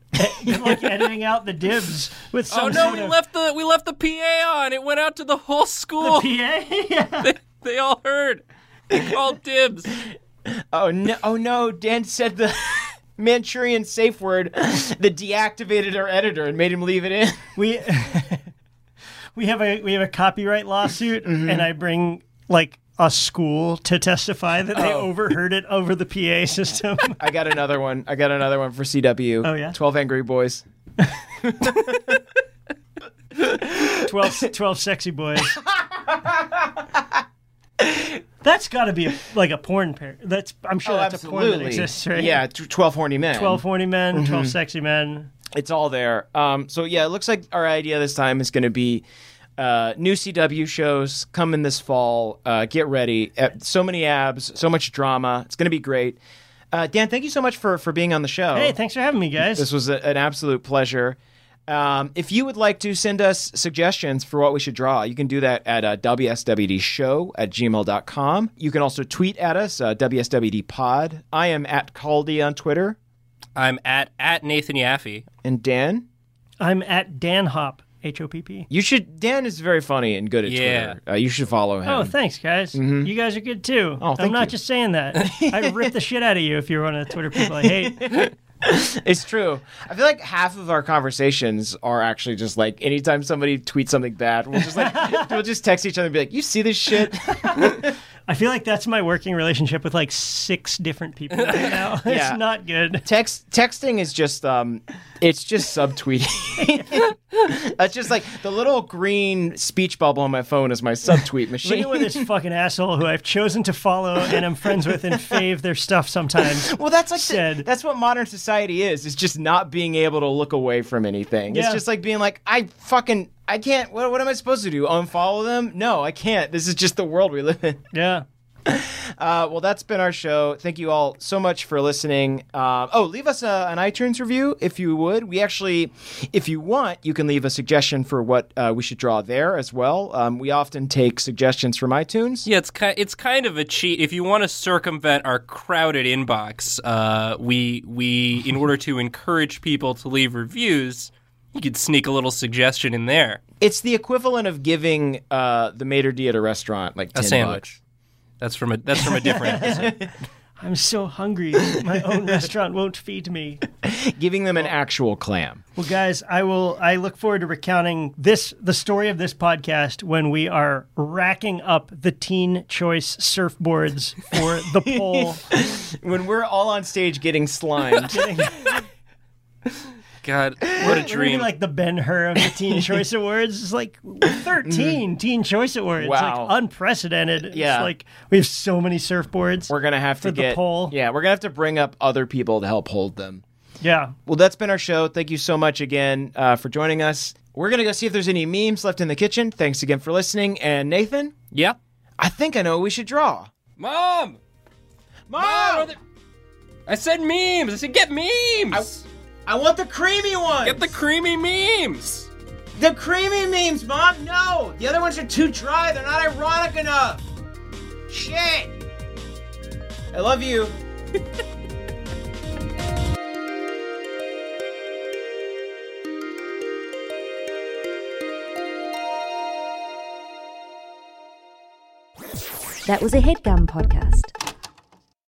Speaker 2: Good luck editing out the dibs with some
Speaker 4: Oh no,
Speaker 2: sort
Speaker 4: we
Speaker 2: of
Speaker 4: left the we left the PA on. It went out to the whole school.
Speaker 2: PA. Yeah.
Speaker 4: they all heard. They called dibs.
Speaker 3: Oh no! Oh no! Dan said the Manchurian safe word that deactivated our editor and made him leave it in.
Speaker 2: we we have a we have a copyright lawsuit, and I bring like a school to testify that they overheard it over the PA system.
Speaker 3: I got another one. I got another one for CW.
Speaker 2: Oh, yeah?
Speaker 3: Twelve Angry Boys.
Speaker 2: 12, 12 sexy boys. That's got to be a, like a porn pair. That's I'm sure that's a porn that exists, right?
Speaker 3: Oh, Yeah, t- twelve horny men.
Speaker 2: twelve horny men, twelve sexy men.
Speaker 3: It's all there. Um, so yeah, it looks like our idea this time is going to be uh, new CW shows coming this fall. Uh, get ready. Uh, so many abs, so much drama. It's going to be great. Uh, Dan, thank you so much for for being on the show.
Speaker 2: Hey, thanks for having me, guys.
Speaker 3: Oh. This was a, an absolute pleasure. Um, if you would like to send us suggestions for what we should draw, you can do that at uh, WSWDshow at gmail.com. You can also tweet at us, uh, WSWDpod. I am at Caldy on Twitter.
Speaker 4: I'm at at Nathan Yaffe.
Speaker 3: And Dan,
Speaker 2: I'm at Dan Hop, H O P P.
Speaker 3: you should. Dan is very funny and good at
Speaker 4: Yeah.
Speaker 3: Twitter. Uh, you should follow him.
Speaker 2: Oh, thanks, guys. You guys are good too.
Speaker 3: Mm-hmm. Oh, thank
Speaker 2: I'm not
Speaker 3: you.
Speaker 2: just saying that. I rip the shit out of you if you're one of the Twitter people I hate.
Speaker 3: it's true. I feel like half of our conversations are actually just like anytime somebody tweets something bad, we'll just like we'll just text each other and be like, "You see this shit."
Speaker 2: I feel like that's my working relationship with like six different people right now.
Speaker 3: Yeah.
Speaker 2: It's not good.
Speaker 3: text texting is just um it's just subtweeting that's just like the little green speech bubble on my phone is my subtweet machine
Speaker 2: Anyone this fucking asshole who I've chosen to follow and I'm friends with and fave their stuff sometimes.
Speaker 3: well that's like the-
Speaker 2: Said.
Speaker 3: that's what modern society is it's just not being able to look away from anything it's
Speaker 2: Yeah.
Speaker 3: just like being like i fucking i can't what, what am i supposed to do unfollow them no i can't this is just the world we live in
Speaker 2: Yeah.
Speaker 3: Uh, well, that's been our show. Thank you all so much for listening. Um, oh, leave us a, an iTunes review if you would. We actually, if you want, you can leave a suggestion for what uh, we should draw there as well. Um, we often take suggestions from iTunes.
Speaker 4: Yeah, it's kind it's kind of a cheat. If you want to circumvent our crowded inbox, uh, we we in order to encourage people to leave reviews, you could sneak a little suggestion in there.
Speaker 3: It's the equivalent of giving uh, the maitre d' at a restaurant like 10
Speaker 4: A
Speaker 3: bucks.
Speaker 4: sandwich. That's from a that's from a different episode.
Speaker 2: I'm so hungry. My own restaurant won't feed me.
Speaker 3: Giving them an actual clam.
Speaker 2: Well, guys, I will. I look forward to recounting this, the story of this podcast, when we are racking up the Teen Choice surfboards for the poll.
Speaker 3: When we're all on stage getting slimed.
Speaker 4: God, what a
Speaker 2: We're gonna be
Speaker 4: dream!
Speaker 2: like the Ben Hur of the Teen Choice Awards. It's like 13 Teen Choice Awards.
Speaker 3: Mm-hmm. Wow.
Speaker 2: It's like unprecedented.
Speaker 3: Yeah.
Speaker 2: It's like we have so many surfboards.
Speaker 3: we're going to have to
Speaker 2: For the
Speaker 3: get.
Speaker 2: poll.
Speaker 3: Yeah, we're going to have to bring up other people to help hold them.
Speaker 2: yeah.
Speaker 3: Well, that's been our show. Thank you so much again uh, for joining us. We're going to go see if there's any memes left in the kitchen. Thanks again for listening. And Nathan,
Speaker 4: yeah,
Speaker 3: I think I know what we should draw.
Speaker 4: mom,
Speaker 3: Mom,
Speaker 4: mom. are there- I said memes. I said get memes.
Speaker 3: I want the creamy one.
Speaker 4: Get the creamy memes.
Speaker 3: the creamy memes, Mom. No, the other ones are too dry. They're not ironic enough. Shit. I love you.
Speaker 1: That was a headgum podcast.